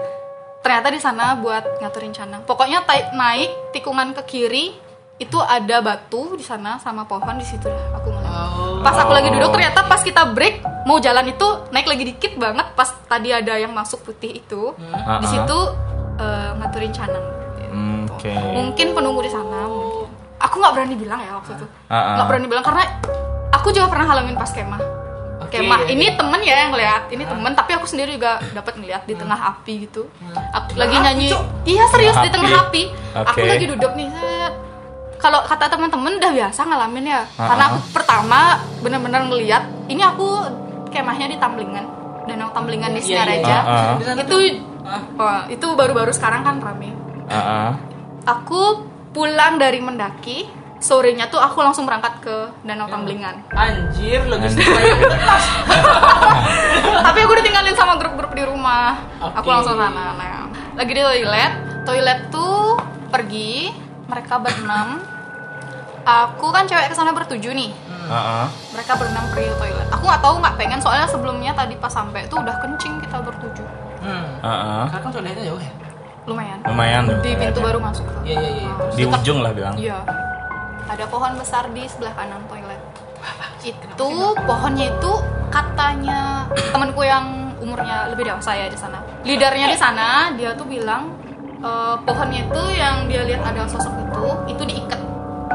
S3: ternyata di sana buat ngaturin canang. Pokoknya tai- naik tikungan ke kiri itu ada batu di sana sama pohon di situ lah aku ngeliat.
S1: Oh.
S3: Pas aku lagi
S2: Oh.
S3: duduk ternyata pas kita break mau jalan itu naik lagi dikit banget pas tadi ada yang masuk putih itu.
S2: Ah, ah.
S3: Di situ eh, ngaturin canang.
S2: Hmm, Oke.
S3: Mungkin penunggu di sana. mungkin. Aku nggak berani bilang ya waktu itu.
S2: Ah, ah.
S3: Nggak berani bilang karena aku juga pernah halamin pas kemah.
S1: Oke,
S3: kemah
S1: iya,
S3: ini temen ya yang lihat, ini temen. Tapi aku sendiri juga dapat ngeliat
S2: Hmm.
S3: di tengah api gitu. Aku lagi nyanyi. Iya serius di
S2: Api.
S3: tengah api. Aku
S2: Oke.
S3: lagi duduk nih. set. Kalau kata teman-teman udah biasa ngalamin ya.
S2: Ah,
S3: Karena
S2: ah.
S3: aku pertama bener-bener ngeliat. Ini aku kemahnya di Tamblingan. Danau Tamblingan di
S1: Iya, iya,
S3: Singaraja.
S2: iya. Ah, ah.
S1: Di sana
S3: Itu Wah, itu baru-baru sekarang kan rame
S2: Ah, ah.
S3: aku pulang dari mendaki sorenya tuh aku langsung berangkat ke Danau
S1: Ya.
S3: Tamblingan
S1: Anjir, logistik
S2: Anjir.
S1: banyak
S2: [LAUGHS]
S1: kertas.
S3: tapi aku ditinggalin sama grup-grup di rumah aku
S1: Oke.
S3: langsung sana nah. lagi di toilet toilet tuh pergi mereka berenam aku kan cewek kesana bertujuh nih
S2: Ah, ah.
S3: mereka berenam pergi ke toilet aku nggak tahu nggak pengen soalnya sebelumnya tadi pas sampai tuh udah kencing kita bertujuh
S1: Hmm.
S2: Ah, ah.
S1: Karena kan toiletnya jauh ya.
S3: lumayan
S2: Lumayan tuh.
S3: di pintu
S2: kayaknya.
S3: baru masuk tuh. Nah,
S1: Iya, iya, iya.
S2: Di
S3: Tetep-
S2: ujung lah bilang.
S3: Iya. Ada pohon besar di sebelah kanan toilet. Itu pohonnya itu katanya temanku yang umurnya lebih dewasa ya di sana. Leadernya di sana dia tuh bilang eh, pohonnya itu yang dia lihat ada sosok itu itu diikat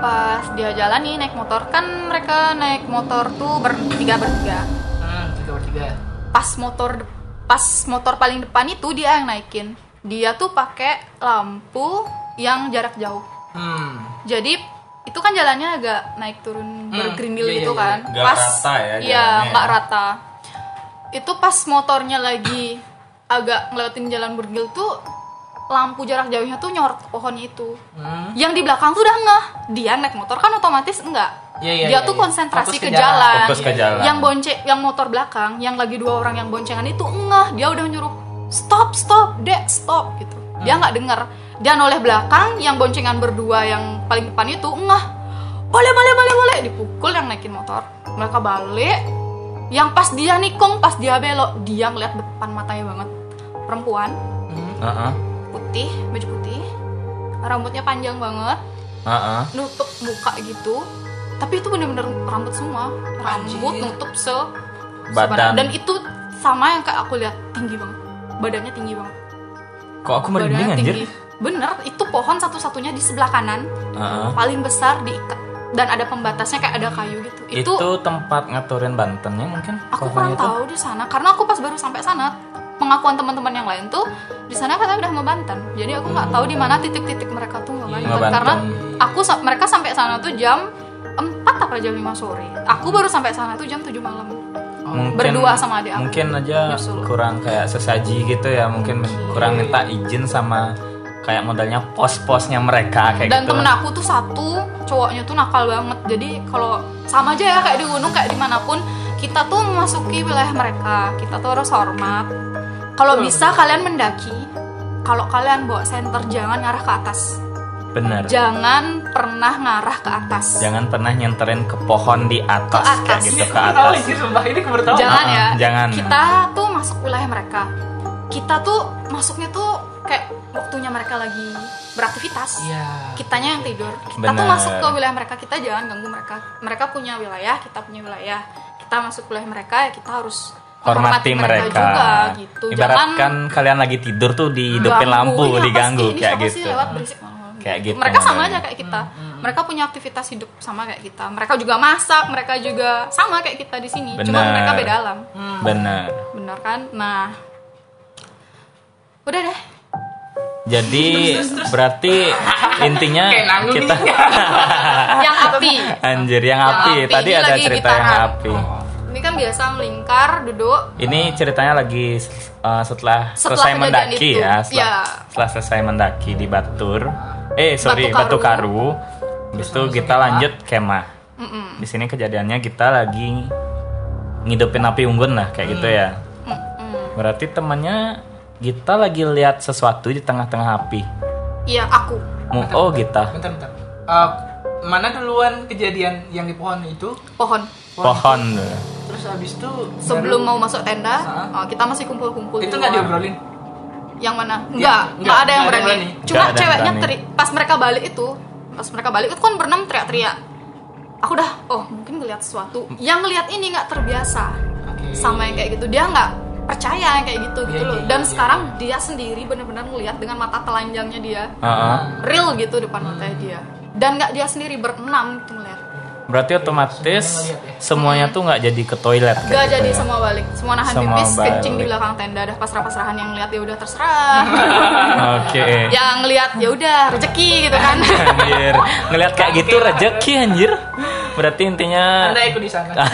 S3: pas dia jalan nih naik motor kan mereka naik motor tuh bertiga bertiga
S1: hmm, tiga bertiga
S3: pas motor de- pas motor paling depan itu dia yang naikin dia tuh pakai lampu yang jarak jauh
S1: hmm
S3: jadi itu kan jalannya agak naik turun
S1: Hmm,
S3: bergerindil
S1: iya,
S3: gitu
S1: iya,
S3: kan
S2: iya. Nggak rata ya
S3: iya
S2: jalannya
S3: nggak
S2: ya.
S3: rata itu pas motornya lagi agak ngelewatin jalan bergerindil tuh lampu jarak jauhnya tuh nyorot ke pohon itu
S1: hmm
S3: yang di belakang tuh udah ngeh dia naik motor kan otomatis enggak
S1: Iya, iya,
S3: dia
S1: iya,
S3: tuh
S1: iya.
S3: konsentrasi
S1: Fokus
S3: ke
S1: ke jalan.
S3: jalan, Iya,
S2: Fokus ke jalan.
S3: yang bonce yang motor belakang yang lagi dua orang yang boncengan itu ngeh dia udah nyuruh stop stop dek stop gitu
S1: Hmm.
S3: dia nggak denger dan oleh belakang yang boncengan berdua yang paling depan itu ngeh boleh boleh boleh boleh dipukul yang naikin motor mereka balik yang pas dia nikung pas dia belok dia ngeliat depan matanya banget perempuan
S1: hmm.
S2: Heeh.
S3: putih baju putih rambutnya panjang banget
S2: Heeh.
S3: nutup muka gitu tapi itu bener-bener rambut semua rambut
S1: Anjir.
S3: nutup se
S2: Badan.
S3: sebadan. dan itu sama yang kayak aku lihat tinggi banget badannya tinggi banget
S2: Kok aku merinding
S3: badannya
S2: anjir?
S3: tinggi bener itu pohon satu-satunya di sebelah kanan
S2: Heeh.
S3: paling besar diikat dan ada pembatasnya kayak ada kayu gitu
S2: Itu,
S3: itu,
S2: tempat ngaturin Bantennya mungkin? pohon
S3: aku kurang
S2: itu?
S3: tahu di sana karena aku pas baru sampai sana pengakuan teman-teman yang lain tuh di sana katanya udah mau Banten jadi aku nggak tahu di mana titik-titik mereka tuh mau
S1: Iya,
S3: Banten.
S2: Ngebanten.
S3: karena aku sa- mereka sampai sana tuh jam 4 apa jam 5 sore aku baru sampai sana tuh jam 7 malam
S1: Oh.
S2: Mungkin-
S3: berdua sama adik aku.
S2: Mungkin aja
S3: Nyusul. Iya.
S2: kurang kayak sesaji gitu ya, mungkin men- kurang minta izin sama kayak modalnya pos-posnya mereka kayak
S3: dan
S2: gitu.
S3: temen aku tuh satu cowoknya tuh nakal banget jadi kalau sama aja ya kayak di gunung kayak dimanapun kita tuh memasuki wilayah mereka kita tuh harus hormat kalau bisa kalian mendaki kalau kalian bawa senter jangan ngarah ke atas
S2: Bener.
S3: jangan pernah ngarah ke atas
S2: Jangan pernah nyenterin ke pohon di atas,
S3: Ke atas.
S2: kayak gitu ke
S3: [LAUGHS]
S1: Aku tahu
S2: atas.
S1: ini sumpah ini aku baru tahu.
S3: jangan
S2: Ah,
S3: ya
S2: ah, jangan.
S3: kita tuh masuk wilayah mereka kita tuh masuknya tuh kayak waktunya mereka lagi beraktivitas
S1: Iya.
S3: kitanya yang tidur kita tuh
S2: Benar.
S3: masuk ke wilayah mereka kita jangan ganggu mereka mereka punya wilayah kita punya wilayah kita masuk wilayah mereka ya kita harus
S2: Hormati mereka.
S3: juga gitu
S2: Ibaratkan kalian lagi tidur tuh dihidupin lampu,
S3: Ganggu, iya,
S2: diganggu
S3: pasti. Ini
S2: kayak
S3: siapa sih
S2: gitu.
S3: lewat berisik malam-malam
S2: Kayak gitu
S3: mereka sama
S2: makanya.
S3: aja kayak kita mereka punya aktivitas hidup sama kayak kita mereka juga masak mereka juga sama kayak kita di sini cuma
S2: Benar.
S3: mereka beda alam
S2: Bener.
S3: benar kan nah udah deh [LAUGHS]
S2: Jadi berarti intinya
S1: Kayak nanggung
S2: kita
S1: nih.
S3: yang api
S2: [LAUGHS] anjir yang
S3: Yang
S2: Ah. api. Tadi
S3: Ini
S2: ada
S3: lagi
S2: cerita yang
S3: gitaran.
S2: api.
S3: ini kan biasa melingkar duduk
S2: Ini ceritanya lagi uh, setelah,
S3: Setelah
S2: selesai
S3: kejadian
S2: mendaki
S3: itu.
S2: ya, setelah,
S3: Ya.
S2: setelah selesai mendaki di Batur. Eh, sorry,
S3: Batu
S2: Batu
S3: Karu.
S2: Karu. Habis itu kita lanjut kemah. Di sini kejadiannya kita lagi ngidupin api unggun lah kayak
S3: Mm.
S2: gitu ya. Berarti temannya kita lagi lihat sesuatu di tengah-tengah api.
S3: iya aku
S2: Mu- Oh, kita
S1: Bentar bentar. Eh, mana duluan kejadian yang di pohon itu?
S3: pohon
S2: pohon.
S1: Terus abis itu baru-
S3: sebelum mau masuk tenda oh, kita masih kumpul-kumpul di
S1: itu nggak
S3: luar.
S1: diobrolin.
S3: yang mana nggak
S1: nggak,
S3: nggak ada yang
S1: nggak ada yang
S3: berani
S1: berani.
S3: cuma
S2: Nggak ada yang
S3: ceweknya
S2: berani.
S3: teri pas mereka balik itu pas mereka balik itu kan berenam teriak-teriak aku udah oh mungkin ngeliat sesuatu yang ngeliat ini nggak terbiasa
S1: Oke.
S3: sama yang kayak gitu dia nggak percaya yang kayak gitu
S1: Iya,
S3: gitu
S1: iya,
S3: loh
S1: iya,
S3: dan
S1: iya.
S3: sekarang dia sendiri bener-bener ngeliat dengan mata telanjangnya dia
S2: Heeh.
S3: real gitu depan matanya dia dan nggak dia sendiri berenam tuh ngeliat
S2: Berarti otomatis
S1: Semuanya ngeliat ya.
S2: semuanya tuh nggak jadi ke toilet. kayak
S3: Gak
S2: gitu
S3: jadi
S2: ya.
S3: semua balik, semua nahan
S2: Semua
S3: pipis,
S2: balik.
S3: kencing di belakang tenda, ada pasrah-pasrahan yang lihat ya udah terserah,
S2: Oke.
S3: yang lihat ya udah rezeki gitu kan.
S2: anjir ngelihat kayak gitu rezeki anjir berarti intinya
S1: Anda ikut di
S2: [LAUGHS]
S1: sana.
S2: Iya,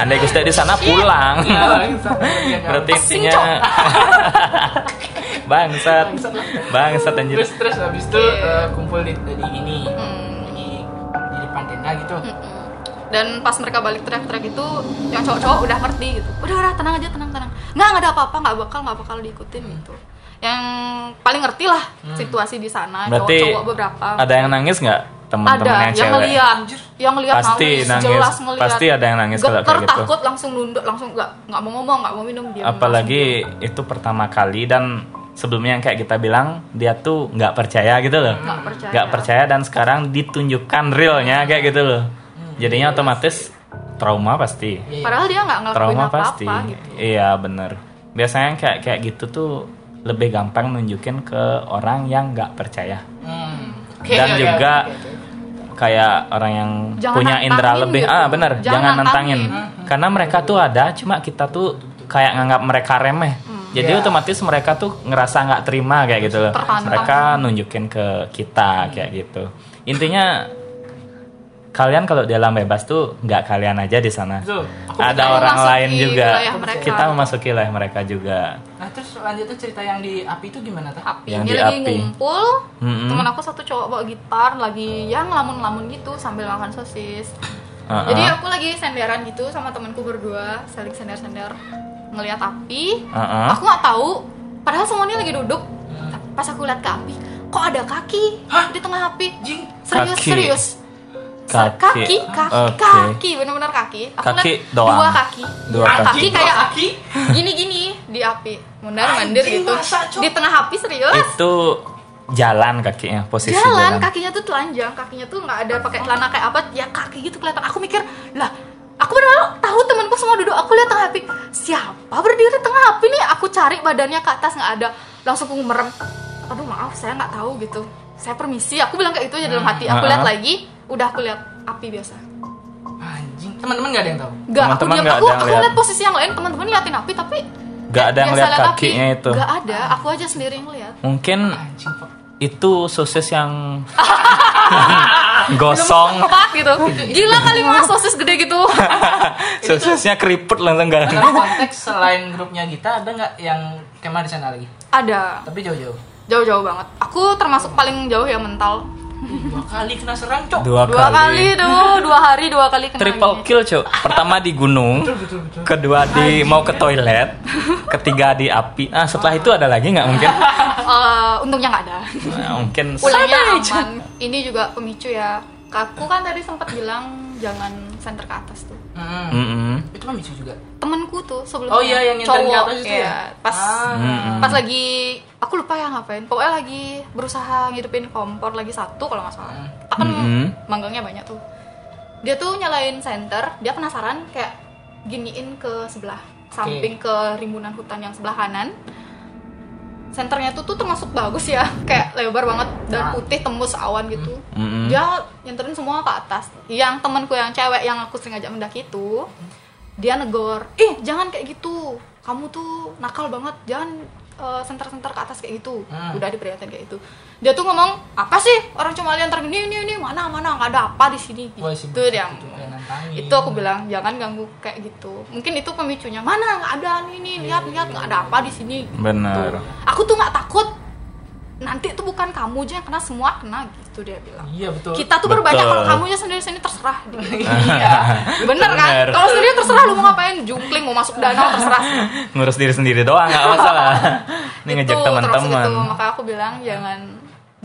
S2: andai Gusti di sana pulang
S1: Iya, di sana. Iya, kan?
S2: berarti intinya [LAUGHS] bangsat bangsat anjir
S1: terus terus abis itu eh, kumpul di, di ini di, di depan tenda gitu.
S3: Dan pas mereka balik teriak-teriak itu, yang cowok-cowok udah ngerti gitu. Udah udah tenang aja tenang tenang. Nggak nggak ada apa-apa, nggak bakal nggak bakal diikutin gitu. Yang paling ngerti lah situasi di sana,
S2: Hmm. berarti
S3: cowok-cowok beberapa.
S2: ada yang nangis nggak teman-teman
S3: ada
S2: yang cewek
S3: ngeliat yang ngeliat
S2: Pasti nangis.
S3: jelas ngeliat
S2: Pasti ada yang nangis kalau
S3: geter
S2: kayak gitu.
S3: takut langsung nunduk langsung nggak nggak mau ngomong nggak mau minum dia
S2: apalagi itu pertama kali dan sebelumnya yang kayak kita bilang dia tuh nggak percaya gitu loh
S3: Nggak percaya.
S2: Nggak dan sekarang ditunjukkan realnya kayak gitu loh
S3: Hmm.
S2: jadinya otomatis trauma pasti
S3: padahal dia nggak ngelakuin
S2: trauma
S3: apa-apa
S2: pasti
S3: gitu
S2: iya bener biasanya yang kayak kayak gitu tuh lebih gampang nunjukin ke orang yang nggak percaya
S1: Hmm. Oke,
S2: dan
S1: oke,
S2: juga
S3: iya,
S1: oke, oke, oke.
S2: kayak orang yang
S3: Jangan
S2: punya
S3: nantangin
S2: indera lebih
S3: gitu.
S2: ah benar
S3: Jangan
S2: jangan, nantangin
S3: nantangin.
S2: karena mereka tuh ada cuma kita tuh kayak nganggap mereka remeh
S3: Hmm.
S2: jadi
S1: Ya.
S2: otomatis mereka tuh ngerasa nggak terima kayak gitu loh
S3: Iya. Tertantang. Hmm.
S2: mereka nunjukin ke kita kayak gitu intinya kalian kalau di alam bebas tuh nggak kalian aja di sana
S1: Betul. Aku
S2: ada
S3: percaya
S2: orang
S3: memasuki
S2: lain juga
S3: wilayah mereka.
S2: kita memasuki wilayah mereka juga
S1: Nah terus lanjutnya cerita yang di api itu gimana tuh?
S3: api
S2: Yang
S3: dia
S2: di
S3: lagi
S2: api.
S3: ngumpul
S2: Mm-mm.
S3: temen aku satu cowok bawa gitar lagi ya ngelamun-ngelamun gitu sambil makan sosis
S2: Uh-uh.
S3: jadi aku lagi senderan gitu sama temanku berdua saling sender-sender ngelihat api
S2: Uh-uh.
S3: aku nggak tahu padahal semuanya lagi duduk pas aku lihat ke api kok ada kaki
S1: Hah?
S3: di tengah api
S1: Jing.
S3: serius
S2: Kaki.
S3: serius Ser-
S2: Kaki.
S3: kaki kaki
S2: Oke.
S3: kaki benar-benar kaki aku
S2: Kaki
S3: lihat
S2: doang.
S3: dua kaki
S2: Dua
S3: Ah,
S2: kaki.
S3: kayak
S1: kaki.
S3: gini gini di api mundar mandir
S1: Anjing,
S3: gitu
S1: masa, Cok?
S3: di tengah api serius
S2: itu jalan kakinya posisi jalan,
S3: jalan kakinya tuh telanjang kakinya tuh nggak ada pakai celana kayak apa ya kaki gitu kelihatan aku mikir lah aku benar tahu temanku semua duduk aku lihat tengah api siapa berdiri tengah api nih aku cari badannya ke atas nggak ada langsung aku merem aduh maaf saya nggak tahu gitu saya permisi aku bilang kayak itu aja dalam hati aku
S2: Ah, ah.
S3: lihat lagi udah aku lihat api biasa
S1: Anjing. Teman-teman nggak ada yang tahu.
S3: Enggak, aku
S2: Teman-teman
S3: diam.
S2: nggak
S3: Aku,
S2: ada yang
S3: aku
S2: lihat.
S3: lihat posisi yang lain, teman-teman liatin api tapi
S2: Nggak ada yang lihat
S3: lihat
S2: kakinya itu.
S3: Enggak ada, aku aja sendiri yang lihat.
S2: mungkin
S1: Anjing. Pak.
S2: itu sosis
S3: [LAUGHS]
S2: yang gosong
S3: Empat gitu. Gila kali mas sosis gede gitu.
S2: [LAUGHS] sosisnya keriput langsung gak
S1: Dalam konteks selain grupnya kita ada nggak yang kemana di sana lagi?
S3: ada
S1: Tapi jauh-jauh.
S3: jauh-jauh banget. Aku termasuk paling jauh ya mental.
S1: Dua kali kena serang cok.
S2: dua,
S3: Dua kali tuh, dua hari dua kali kena.
S2: triple
S3: ini.
S2: kill cok pertama di gunung kedua di mau ke toilet ketiga di api ah setelah itu ada lagi nggak
S3: [LAUGHS]
S2: mungkin
S3: Eh, untungnya nggak ada.
S2: Nah, mungkin
S3: Pulangnya aman. Ini juga pemicu ya. Aku kan tadi sempat bilang jangan senter ke atas tuh.
S1: Mm-mm.
S2: Mm-mm.
S1: Nah, Itu mah micu juga.
S3: temenku tuh sebelumnya
S1: Oh iya yang nyenterin ke
S3: cowok
S1: atas itu
S3: Iya,
S1: ya.
S3: pas
S1: Ah.
S2: Mm-mm.
S3: pas lagi aku lupa ya ngapain pokoknya lagi berusaha ngidupin kompor lagi satu kalau nggak salah kita kan
S2: Mm-mm.
S3: manggangnya banyak tuh dia tuh nyalain senter dia penasaran kayak giniin ke sebelah samping ke rimbunan hutan yang sebelah kanan senternya tuh tuh termasuk bagus ya [LAUGHS] kayak lebar banget dan
S1: Ah.
S3: putih tembus awan gitu
S2: Mm-mm.
S3: dia nyenterin semua ke atas yang temanku yang cewek yang aku sering ajak mendaki itu dia negor ih jangan kayak gitu kamu tuh nakal banget jangan eh, senter-senter ke atas kayak gitu
S1: Hmm.
S3: udah diperingatin kayak gitu dia tuh ngomong apa sih orang cuma lihat ini ini ini mana mana nggak ada apa di sini gitu
S1: Wah, si
S3: dia
S1: itu eh.
S3: ngomong.
S1: kayak nantangin.
S3: itu aku bilang jangan ganggu kayak gitu mungkin itu pemicunya mana nggak ada ini ini, lihat lihat nggak ada apa di sini gitu.
S2: Benar.
S3: aku tuh nggak takut nanti tuh bukan kamu aja yang kena semua kena gitu dia bilang
S1: Iya betul. [LAUGHS]
S3: kita tuh
S2: Betul.
S3: berbanyak kalau kamunya sendiri sendiri terserah
S2: [LAUGHS]
S1: Iya.
S3: bener
S2: Bener.
S3: kan kalau sendiri terserah lu mau ngapain jungkling mau masuk danau terserah
S2: ngurus diri sendiri doang nggak
S3: [LAUGHS]
S2: masalah [LAUGHS] ini ngejek
S3: Itu, termasuk itu.
S2: teman-teman
S3: maka aku bilang jangan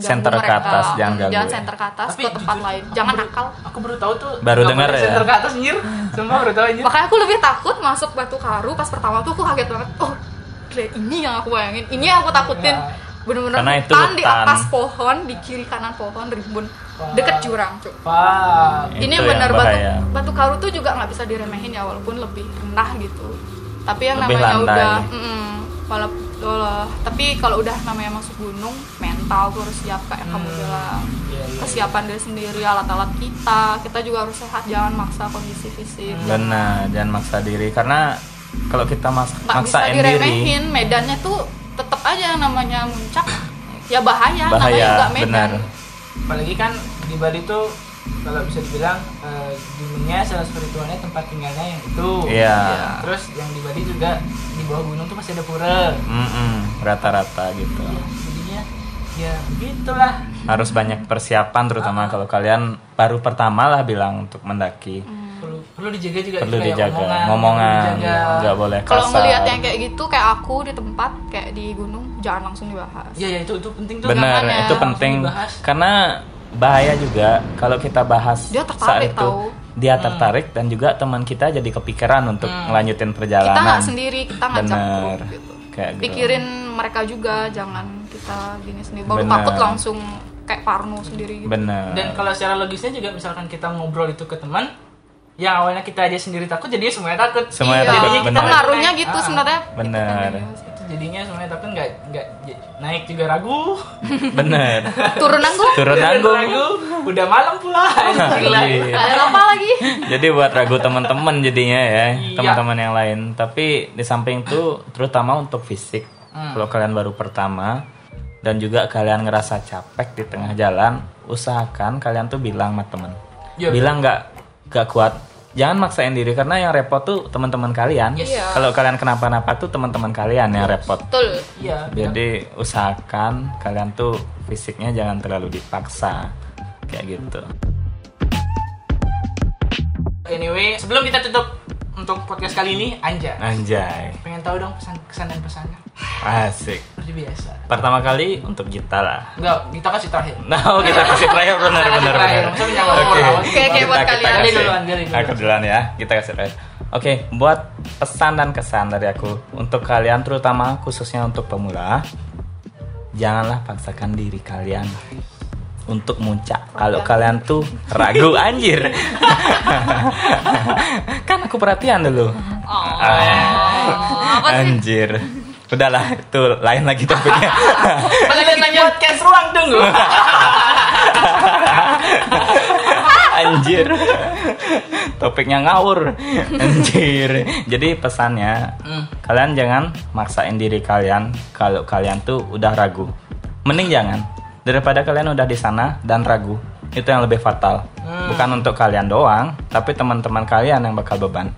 S3: ganggu
S2: Senter ke
S3: mereka.
S2: atas, jangan
S3: Hmm,
S2: ganggu
S3: jangan
S2: ya.
S3: senter ke atas
S1: Tapi
S3: ke tempat
S1: jujur,
S3: lain
S1: aku
S3: jangan
S1: baru-
S3: nakal
S1: Aku baru tahu tuh.
S2: Baru
S1: nggak
S2: dengar
S1: boleh
S2: ya?
S1: Senter ke atas anjir. Semua baru tahu anjir.
S3: makanya aku lebih takut masuk batu karu pas pertama tuh aku kaget banget oh gila, ini yang aku bayangin ini yang aku takutin
S1: Ya.
S3: bener-bener
S2: Iya. Karena itu
S3: hutan di
S2: hutan.
S3: atas pohon di kiri kanan pohon rimbun deket jurang cuy
S1: Wah.
S3: ini
S2: Itu yang
S3: benar batu
S2: bahaya.
S3: batu karu tuh juga nggak bisa diremehin ya walaupun lebih rendah gitu tapi yang
S2: Lebih
S3: namanya
S2: landai.
S3: udah mm, walaupun tapi kalau udah namanya masuk gunung mental tuh harus siap kayak kamu
S1: Hmm.
S3: bilang
S1: Iya, iya.
S3: kesiapan diri sendiri alat-alat kita kita juga harus sehat jangan maksa kondisi fisik
S2: Hmm. benar jangan maksa diri karena kalau kita mas
S3: nggak bisa
S2: maksain diri
S3: diremehin medannya tuh tetap aja yang namanya muncak ya bahaya, namanya juga
S2: bahaya
S3: medan
S2: benar
S1: Apalagi kan di Bali tuh kalau bisa dibilang eh, gunungnya secara spiritualnya tempat tinggalnya yang itu.
S2: Iya.
S1: Ya, Terus yang di Bali juga di bawah gunung tuh masih ada pura.
S2: Mm-mm, rata-rata gitu
S1: Ya, jadinya ya begitulah.
S2: harus banyak persiapan terutama
S3: Ah.
S2: kalau kalian baru pertama lah bilang untuk mendaki
S3: Mm. Hmm.
S1: Perlu perlu dijaga juga
S2: perlu
S1: kayak
S2: dijaga
S1: perlu
S2: ngomongan Iya.
S1: dijaga.
S2: nggak boleh
S3: kalau
S2: kasar
S3: melihat yang kayak gitu kayak aku di tempat kayak di gunung jangan langsung dibahas
S1: Iya, ya, itu itu penting tuh.
S2: benar
S3: makanya
S2: itu
S1: harus
S2: penting
S1: dibahas.
S2: karena bahaya juga kalau kita bahas
S3: Dia
S2: saat itu
S3: tertarik tahu.
S2: dia tertarik dan juga teman kita jadi kepikiran untuk ngelanjutin perjalanan
S3: Hmm. kita nggak sendiri kita ngajak
S2: Bener.
S3: grup gitu
S2: Kayak gitu.
S3: pikirin mereka juga jangan kita gini sendiri baru
S2: Bener.
S3: takut langsung kayak Parno sendiri gitu
S2: benar
S1: Dan kalau secara logisnya juga misalkan kita ngobrol itu ke teman, ya yang awalnya kita aja sendiri takut, jadinya semuanya takut.
S2: Semuanya
S3: iya
S2: takut,
S1: Jadinya kita
S2: bener.
S3: pengaruhnya
S1: naik.
S3: gitu
S1: Ah,
S3: sebenarnya
S2: Bener.
S3: Itu kan gini.
S1: Itu jadinya sebenarnya tapi nggak nggak j- naik juga ragu
S2: Bener.
S3: turun nanggung
S2: Turun nanggung.
S1: [LAUGHS] ragu udah malam pula Gila.
S2: [LAUGHS] Iya.
S3: ada apa lagi
S2: Jadi buat ragu teman-teman jadinya ya,
S1: Iya.
S2: teman-teman yang lain. Tapi di samping itu terutama untuk fisik.
S1: Hmm.
S2: Kalau kalian baru pertama dan juga kalian ngerasa capek di tengah jalan, usahakan kalian tuh bilang sama teman.
S1: Iya.
S2: Bilang nggak nggak kuat. Jangan maksain diri karena yang repot tuh teman-teman kalian.
S3: Iya.
S2: Kalau kalian kenapa-napa tuh teman-teman kalian yang repot.
S3: betul
S1: iya
S2: Jadi usahakan kalian tuh fisiknya jangan terlalu dipaksa kayak gitu.
S1: anyway sebelum kita tutup untuk podcast kali ini Anja
S2: Anjay,
S1: pengen tahu dong pesan kesan dan pesannya
S2: asik.
S1: seperti biasa
S2: Pertama kali untuk Gita lah. [LAUGHS]
S1: enggak kita kasih terakhir
S2: Nah, kita kasih terakhir benar
S1: Kasih
S2: benar.
S1: terakhir,
S2: benar.
S1: maksudnya jangan ngomong.
S3: Oke, oke, buat kalian.
S1: Dari
S2: kasih.
S1: duluan, dari duluan.
S2: Aku duluan ya. Kita kasih terakhir. Oke, buat pesan dan kesan dari aku untuk kalian terutama khususnya untuk pemula, janganlah paksakan diri kalian untuk muncak.
S3: Iya.
S2: Kalau kalian tuh
S3: [LAUGHS]
S2: ragu anjir. [LAUGHS] kan aku perhatian dulu. Ah,
S3: oh, apa sih
S2: anjir. Udahlah, itu lain lagi
S3: [LAUGHS]
S2: topiknya.
S1: Balik lagi podcast ruang tunggu
S2: [LAUGHS] Anjir. Topiknya ngawur. Anjir. Jadi pesannya,
S1: Hmm.
S2: kalian jangan maksain diri kalian kalau kalian tuh udah ragu. Mending jangan daripada kalian udah di sana dan ragu. Itu yang lebih fatal.
S1: Hmm.
S2: Bukan untuk kalian doang, tapi teman-teman kalian yang bakal beban.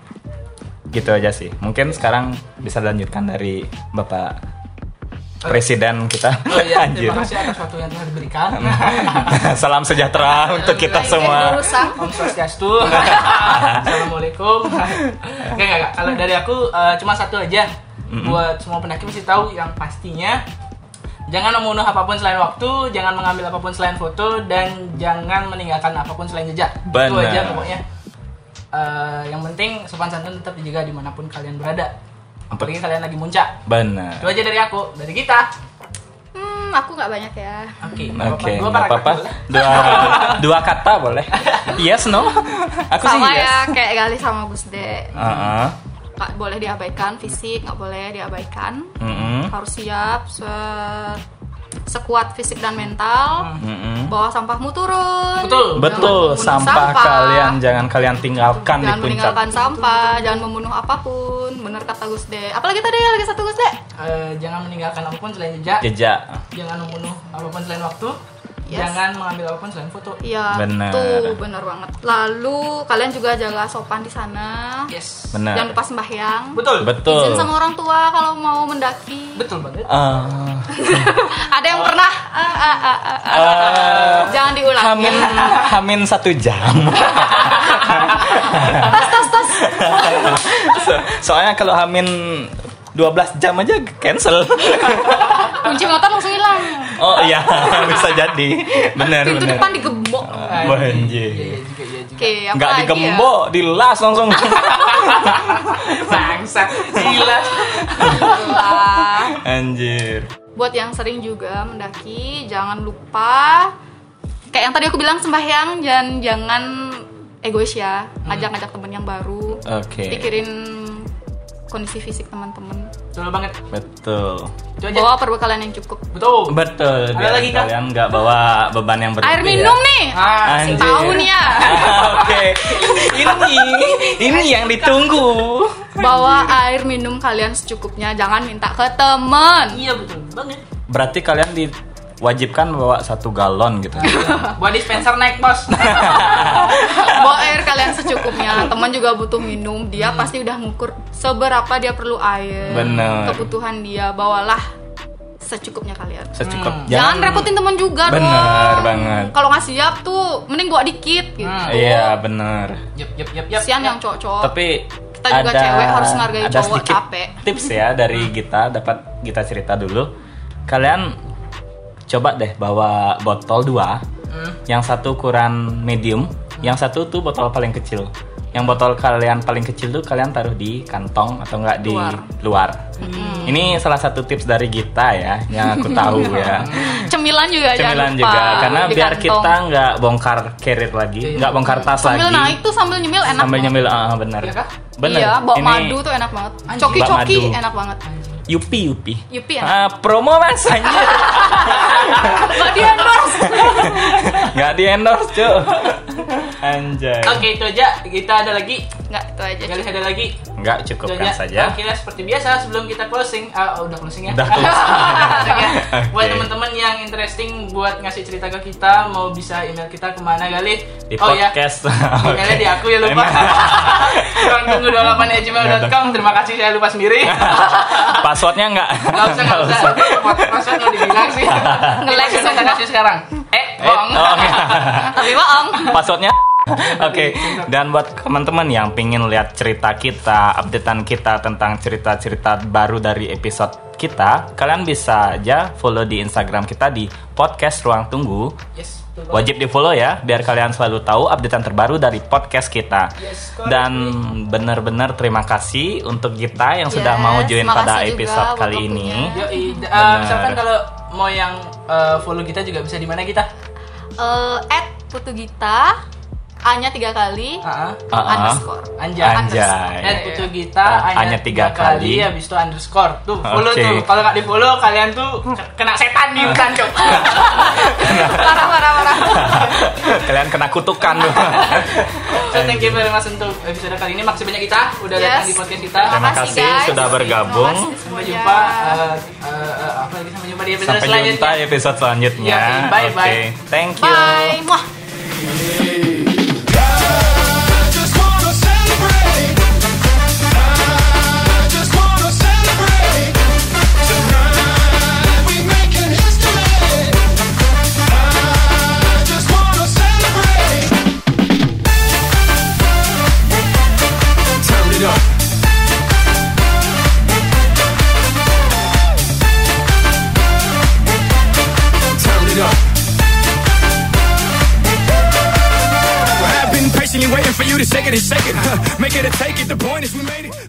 S2: Gitu aja sih. Mungkin sekarang bisa dilanjutkan dari Bapak Presiden kita.
S1: oh iya
S2: [LAUGHS] Anjir.
S1: terima kasih atas waktu yang telah diberikan
S2: Salam sejahtera untuk kita
S3: Baik,
S2: semua.
S3: berusaha.
S1: Om
S2: [LAUGHS]
S1: Swastiastu Assalamualaikum Enggak, enggak, enggak. Kalau dari aku eh, cuma satu aja Buat semua pendaki mesti tahu yang pastinya Jangan membunuh apapun selain waktu Jangan mengambil apapun selain foto Dan jangan meninggalkan apapun selain jejak Itu
S2: Benar.
S1: aja pokoknya Eh, Yang penting sopan santun tetap dijaga dimanapun kalian berada Apalagi kalian lagi muncak
S2: Benar.
S1: Itu aja dari aku, dari kita
S3: hmm aku nggak banyak ya
S1: Oke,
S2: Oke,
S1: Dua
S2: nggak apa-apa. Dua, [LAUGHS] dua kata boleh. Yes, no? Aku sih
S3: sama
S2: yes. Uh-uh.
S3: ya kayak Gali sama Gusde
S2: Heeh.
S3: nggak boleh diabaikan fisik nggak boleh diabaikan
S2: Mm-mm.
S3: harus siap se- sekuat fisik dan mental
S2: Mm-mm.
S3: bawa sampahmu turun
S1: Betul.
S3: Jangan
S2: Hmm. Betul,
S3: membunuh
S2: sampah, kalian jangan kalian tinggalkan di
S3: jangan
S2: puncak.
S3: meninggalkan sampah jangan membunuh apapun bener kata Gusde apalagi tadi lagi satu Gusde
S1: Eh, Jangan meninggalkan apapun selain jejak
S2: Jejak.
S1: jangan membunuh apapun selain waktu
S3: Yes.
S1: jangan mengambil apapun selain foto
S3: Iya,
S2: Bener.
S3: tuh bener banget. Lalu kalian juga jaga sopan di sana.
S1: yes
S2: Benar.
S3: Jangan lupa sembahyang.
S1: betul
S2: Betul.
S3: Izin sama orang tua kalau mau mendaki.
S1: betul banget
S2: Ah.
S3: Ada yang pernah? Ah, ah, ah, ah, ah.
S2: Ah.
S3: Jangan diulang.
S2: Hamin, hamin satu jam. [LAUGHS]
S3: Tas, tas, tas.
S2: So- soalnya kalau hamin 12 jam aja
S3: [LAUGHS]
S2: cancel.
S3: Kunci motor langsung hilang.
S2: Oh iya, [LAUGHS] bisa jadi. Benar,
S3: Pintu
S2: benar.
S3: depan digembok.
S1: Ah,
S2: Wah,
S1: iya,
S2: anjir.
S1: iya, iya juga iya juga
S3: Oke, apa
S2: Nggak
S3: lagi ya?
S2: digembok, dilas langsung.
S1: bangsa gila
S3: Itulah.
S2: Anjir.
S3: Buat yang sering juga mendaki, jangan lupa kayak yang tadi aku bilang sembahyang dan jangan egois ya.
S1: Hmm.
S3: Ajak-ajak temen yang baru.
S2: Oke.
S3: Pikirin kondisi fisik teman-teman.
S1: betul banget
S2: Betul.
S1: itu aja
S3: Bawa perbekalan yang cukup.
S1: betul
S2: Betul.
S1: Ada
S2: biar
S1: lagi, Kak?
S2: kalian nggak bawa beban yang berat.
S3: Air
S1: ya.
S3: minum nih.
S1: ah
S2: Anjir. Ah,
S3: Tahu nih ya.
S2: Oke. Ini ini yang ditunggu.
S3: Bawa air minum kalian secukupnya, jangan minta ke temen.
S1: iya betul banget
S2: Berarti kalian diwajibkan bawa satu galon gitu.
S3: Hmm.
S1: buat dispenser naik bos
S3: Bawa air kalian secukupnya. Teman juga butuh minum, dia
S1: Hmm.
S3: pasti udah ngukur seberapa dia perlu air.
S2: Bener.
S3: Kebutuhan dia bawalah secukupnya kalian.
S2: Secukup.
S3: Jangan, repotin teman juga dong.
S2: Bener banget.
S3: Kalau nggak siap tuh mending bawa dikit gitu.
S2: Iya, benar.
S1: yep yep yep yep
S3: Kasihan yang cowok-cowok.
S2: Tapi
S3: Oh, Kita juga
S2: ada,
S3: cewek harus menghargai
S2: ada
S3: cowok, Hmm.
S2: sedikit
S3: capek.
S2: Tips ya dari kita dapat kita cerita dulu. Kalian coba deh bawa botol dua,
S3: Hmm.
S2: yang satu ukuran medium, yang satu tuh botol paling kecil. Yang botol kalian paling kecil tuh kalian taruh di kantong atau enggak di
S3: Luar. Hmm.
S2: luar. Ini salah satu tips dari kita ya, yang aku
S3: [LAUGHS]
S2: tahu ya.
S3: Cemilan juga
S2: Cemilan
S3: jangan lupa.
S2: juga, karena
S3: di
S2: biar
S3: kantong. Iya.
S2: kita nggak bongkar kerit lagi, nggak bongkar tas
S3: sambil
S2: lagi
S3: naik tuh sambil nyemil enak
S2: sambil
S3: banget.
S2: nyemil ah benar
S1: Iya kah?
S2: benar
S3: Iya, bawa
S2: Ini
S3: madu tuh enak banget.
S1: Anjing.
S3: Coki-coki
S2: Bawa madu.
S3: enak banget. [LAUGHS]
S2: Yupi Yupi.
S1: ya?
S3: Yupi,
S2: Ah, promo mas
S1: [LAUGHS]
S2: anjir.
S3: Gak di endorse.
S2: Nggak di endorse cuy. Anjay.
S1: Oke itu aja. Kita ada lagi.
S3: Nggak, itu aja.
S1: Galis ada lagi.
S2: Nggak cukupkan
S1: Jonya,
S2: saja.
S1: Akhirnya oh, seperti biasa sebelum kita closing, ah udah closing ya. [LAUGHS]
S2: Udah closing. [LAUGHS]
S1: Oke. Buat
S2: Oke.
S1: teman-teman yang interesting buat ngasih cerita ke kita, mau bisa email kita kemana Galih?
S2: Di
S1: oh ya,
S2: podcast. [LAUGHS]
S1: emailnya di aku ya lupa. [LAUGHS] Kurang tunggu 28 gmail.com. Terima kasih saya lupa
S2: [LAUGHS]
S1: sendiri.
S2: Passwordnya [LAUGHS] nggak.
S1: Gak usah, gak usah. Masa gak dibilang
S2: [LAUGHS]
S1: sih. Ngelag
S3: Ngelag
S1: saya kasih sekarang. Eh,
S2: Eh,
S1: bohong.
S2: oh,
S1: [LAUGHS]
S2: nggak.
S3: Tapi bohong.
S2: Passwordnya. Oke, dan buat teman-teman yang pingin lihat cerita kita, updatean kita tentang cerita-cerita baru dari episode kita, kalian bisa aja follow di Instagram kita di podcast Ruang Tunggu.
S1: Yes, betul banget.
S2: Wajib di follow ya, biar kalian selalu tahu updatean terbaru dari podcast kita.
S1: Yes, correct.
S2: Dan benar-benar terima kasih untuk Gita yang sudah
S3: Yes,
S2: mau join
S3: makasih
S2: pada
S3: juga
S2: episode
S3: buat
S2: kali
S3: waktunya.
S2: ini.
S1: Yoi, Eh,
S2: Benar.
S1: misalkan kalau mau yang eh, follow kita juga bisa di mana kita?
S3: Eh, at Putu Gita, A-nya tiga kali,
S1: Ah, ah.
S2: Ah, ah.
S3: underscore.
S1: Anjay.
S2: Anjay.
S1: Net Putu Gita
S2: Ah,
S1: hanya tiga kali, habis itu underscore tuh follow
S2: Oke.
S1: tuh kalau nggak di follow kalian tuh
S3: Hmm.
S1: ke- kena setan di hutan cok
S3: [LAUGHS] Parah, parah, parah.
S2: [LAUGHS] kalian kena kutukan
S3: [LAUGHS]
S2: tuh.
S1: so, thank you very much untuk episode kali ini makasih banyak kita udah
S3: Yes.
S1: datang di podcast kita
S2: Terima kasih
S3: guys.
S2: sudah bergabung.
S3: Terima kasih
S1: sampai
S3: semuanya.
S1: jumpa eh, eh, eh, apa lagi sampai jumpa di episode
S2: Sampai jumpa
S1: selanjutnya
S2: di episode selanjutnya.
S1: Yoi, bye-bye.
S2: Oke, Thank you.
S3: Bye. Muah.
S5: I just wanna celebrate. I just wanna celebrate. Tonight we making history. I just wanna celebrate. Turn it up. Turn it up. [LAUGHS] I've been patiently waiting for you to shake it and shake it. Make it or take it. The point is we made it.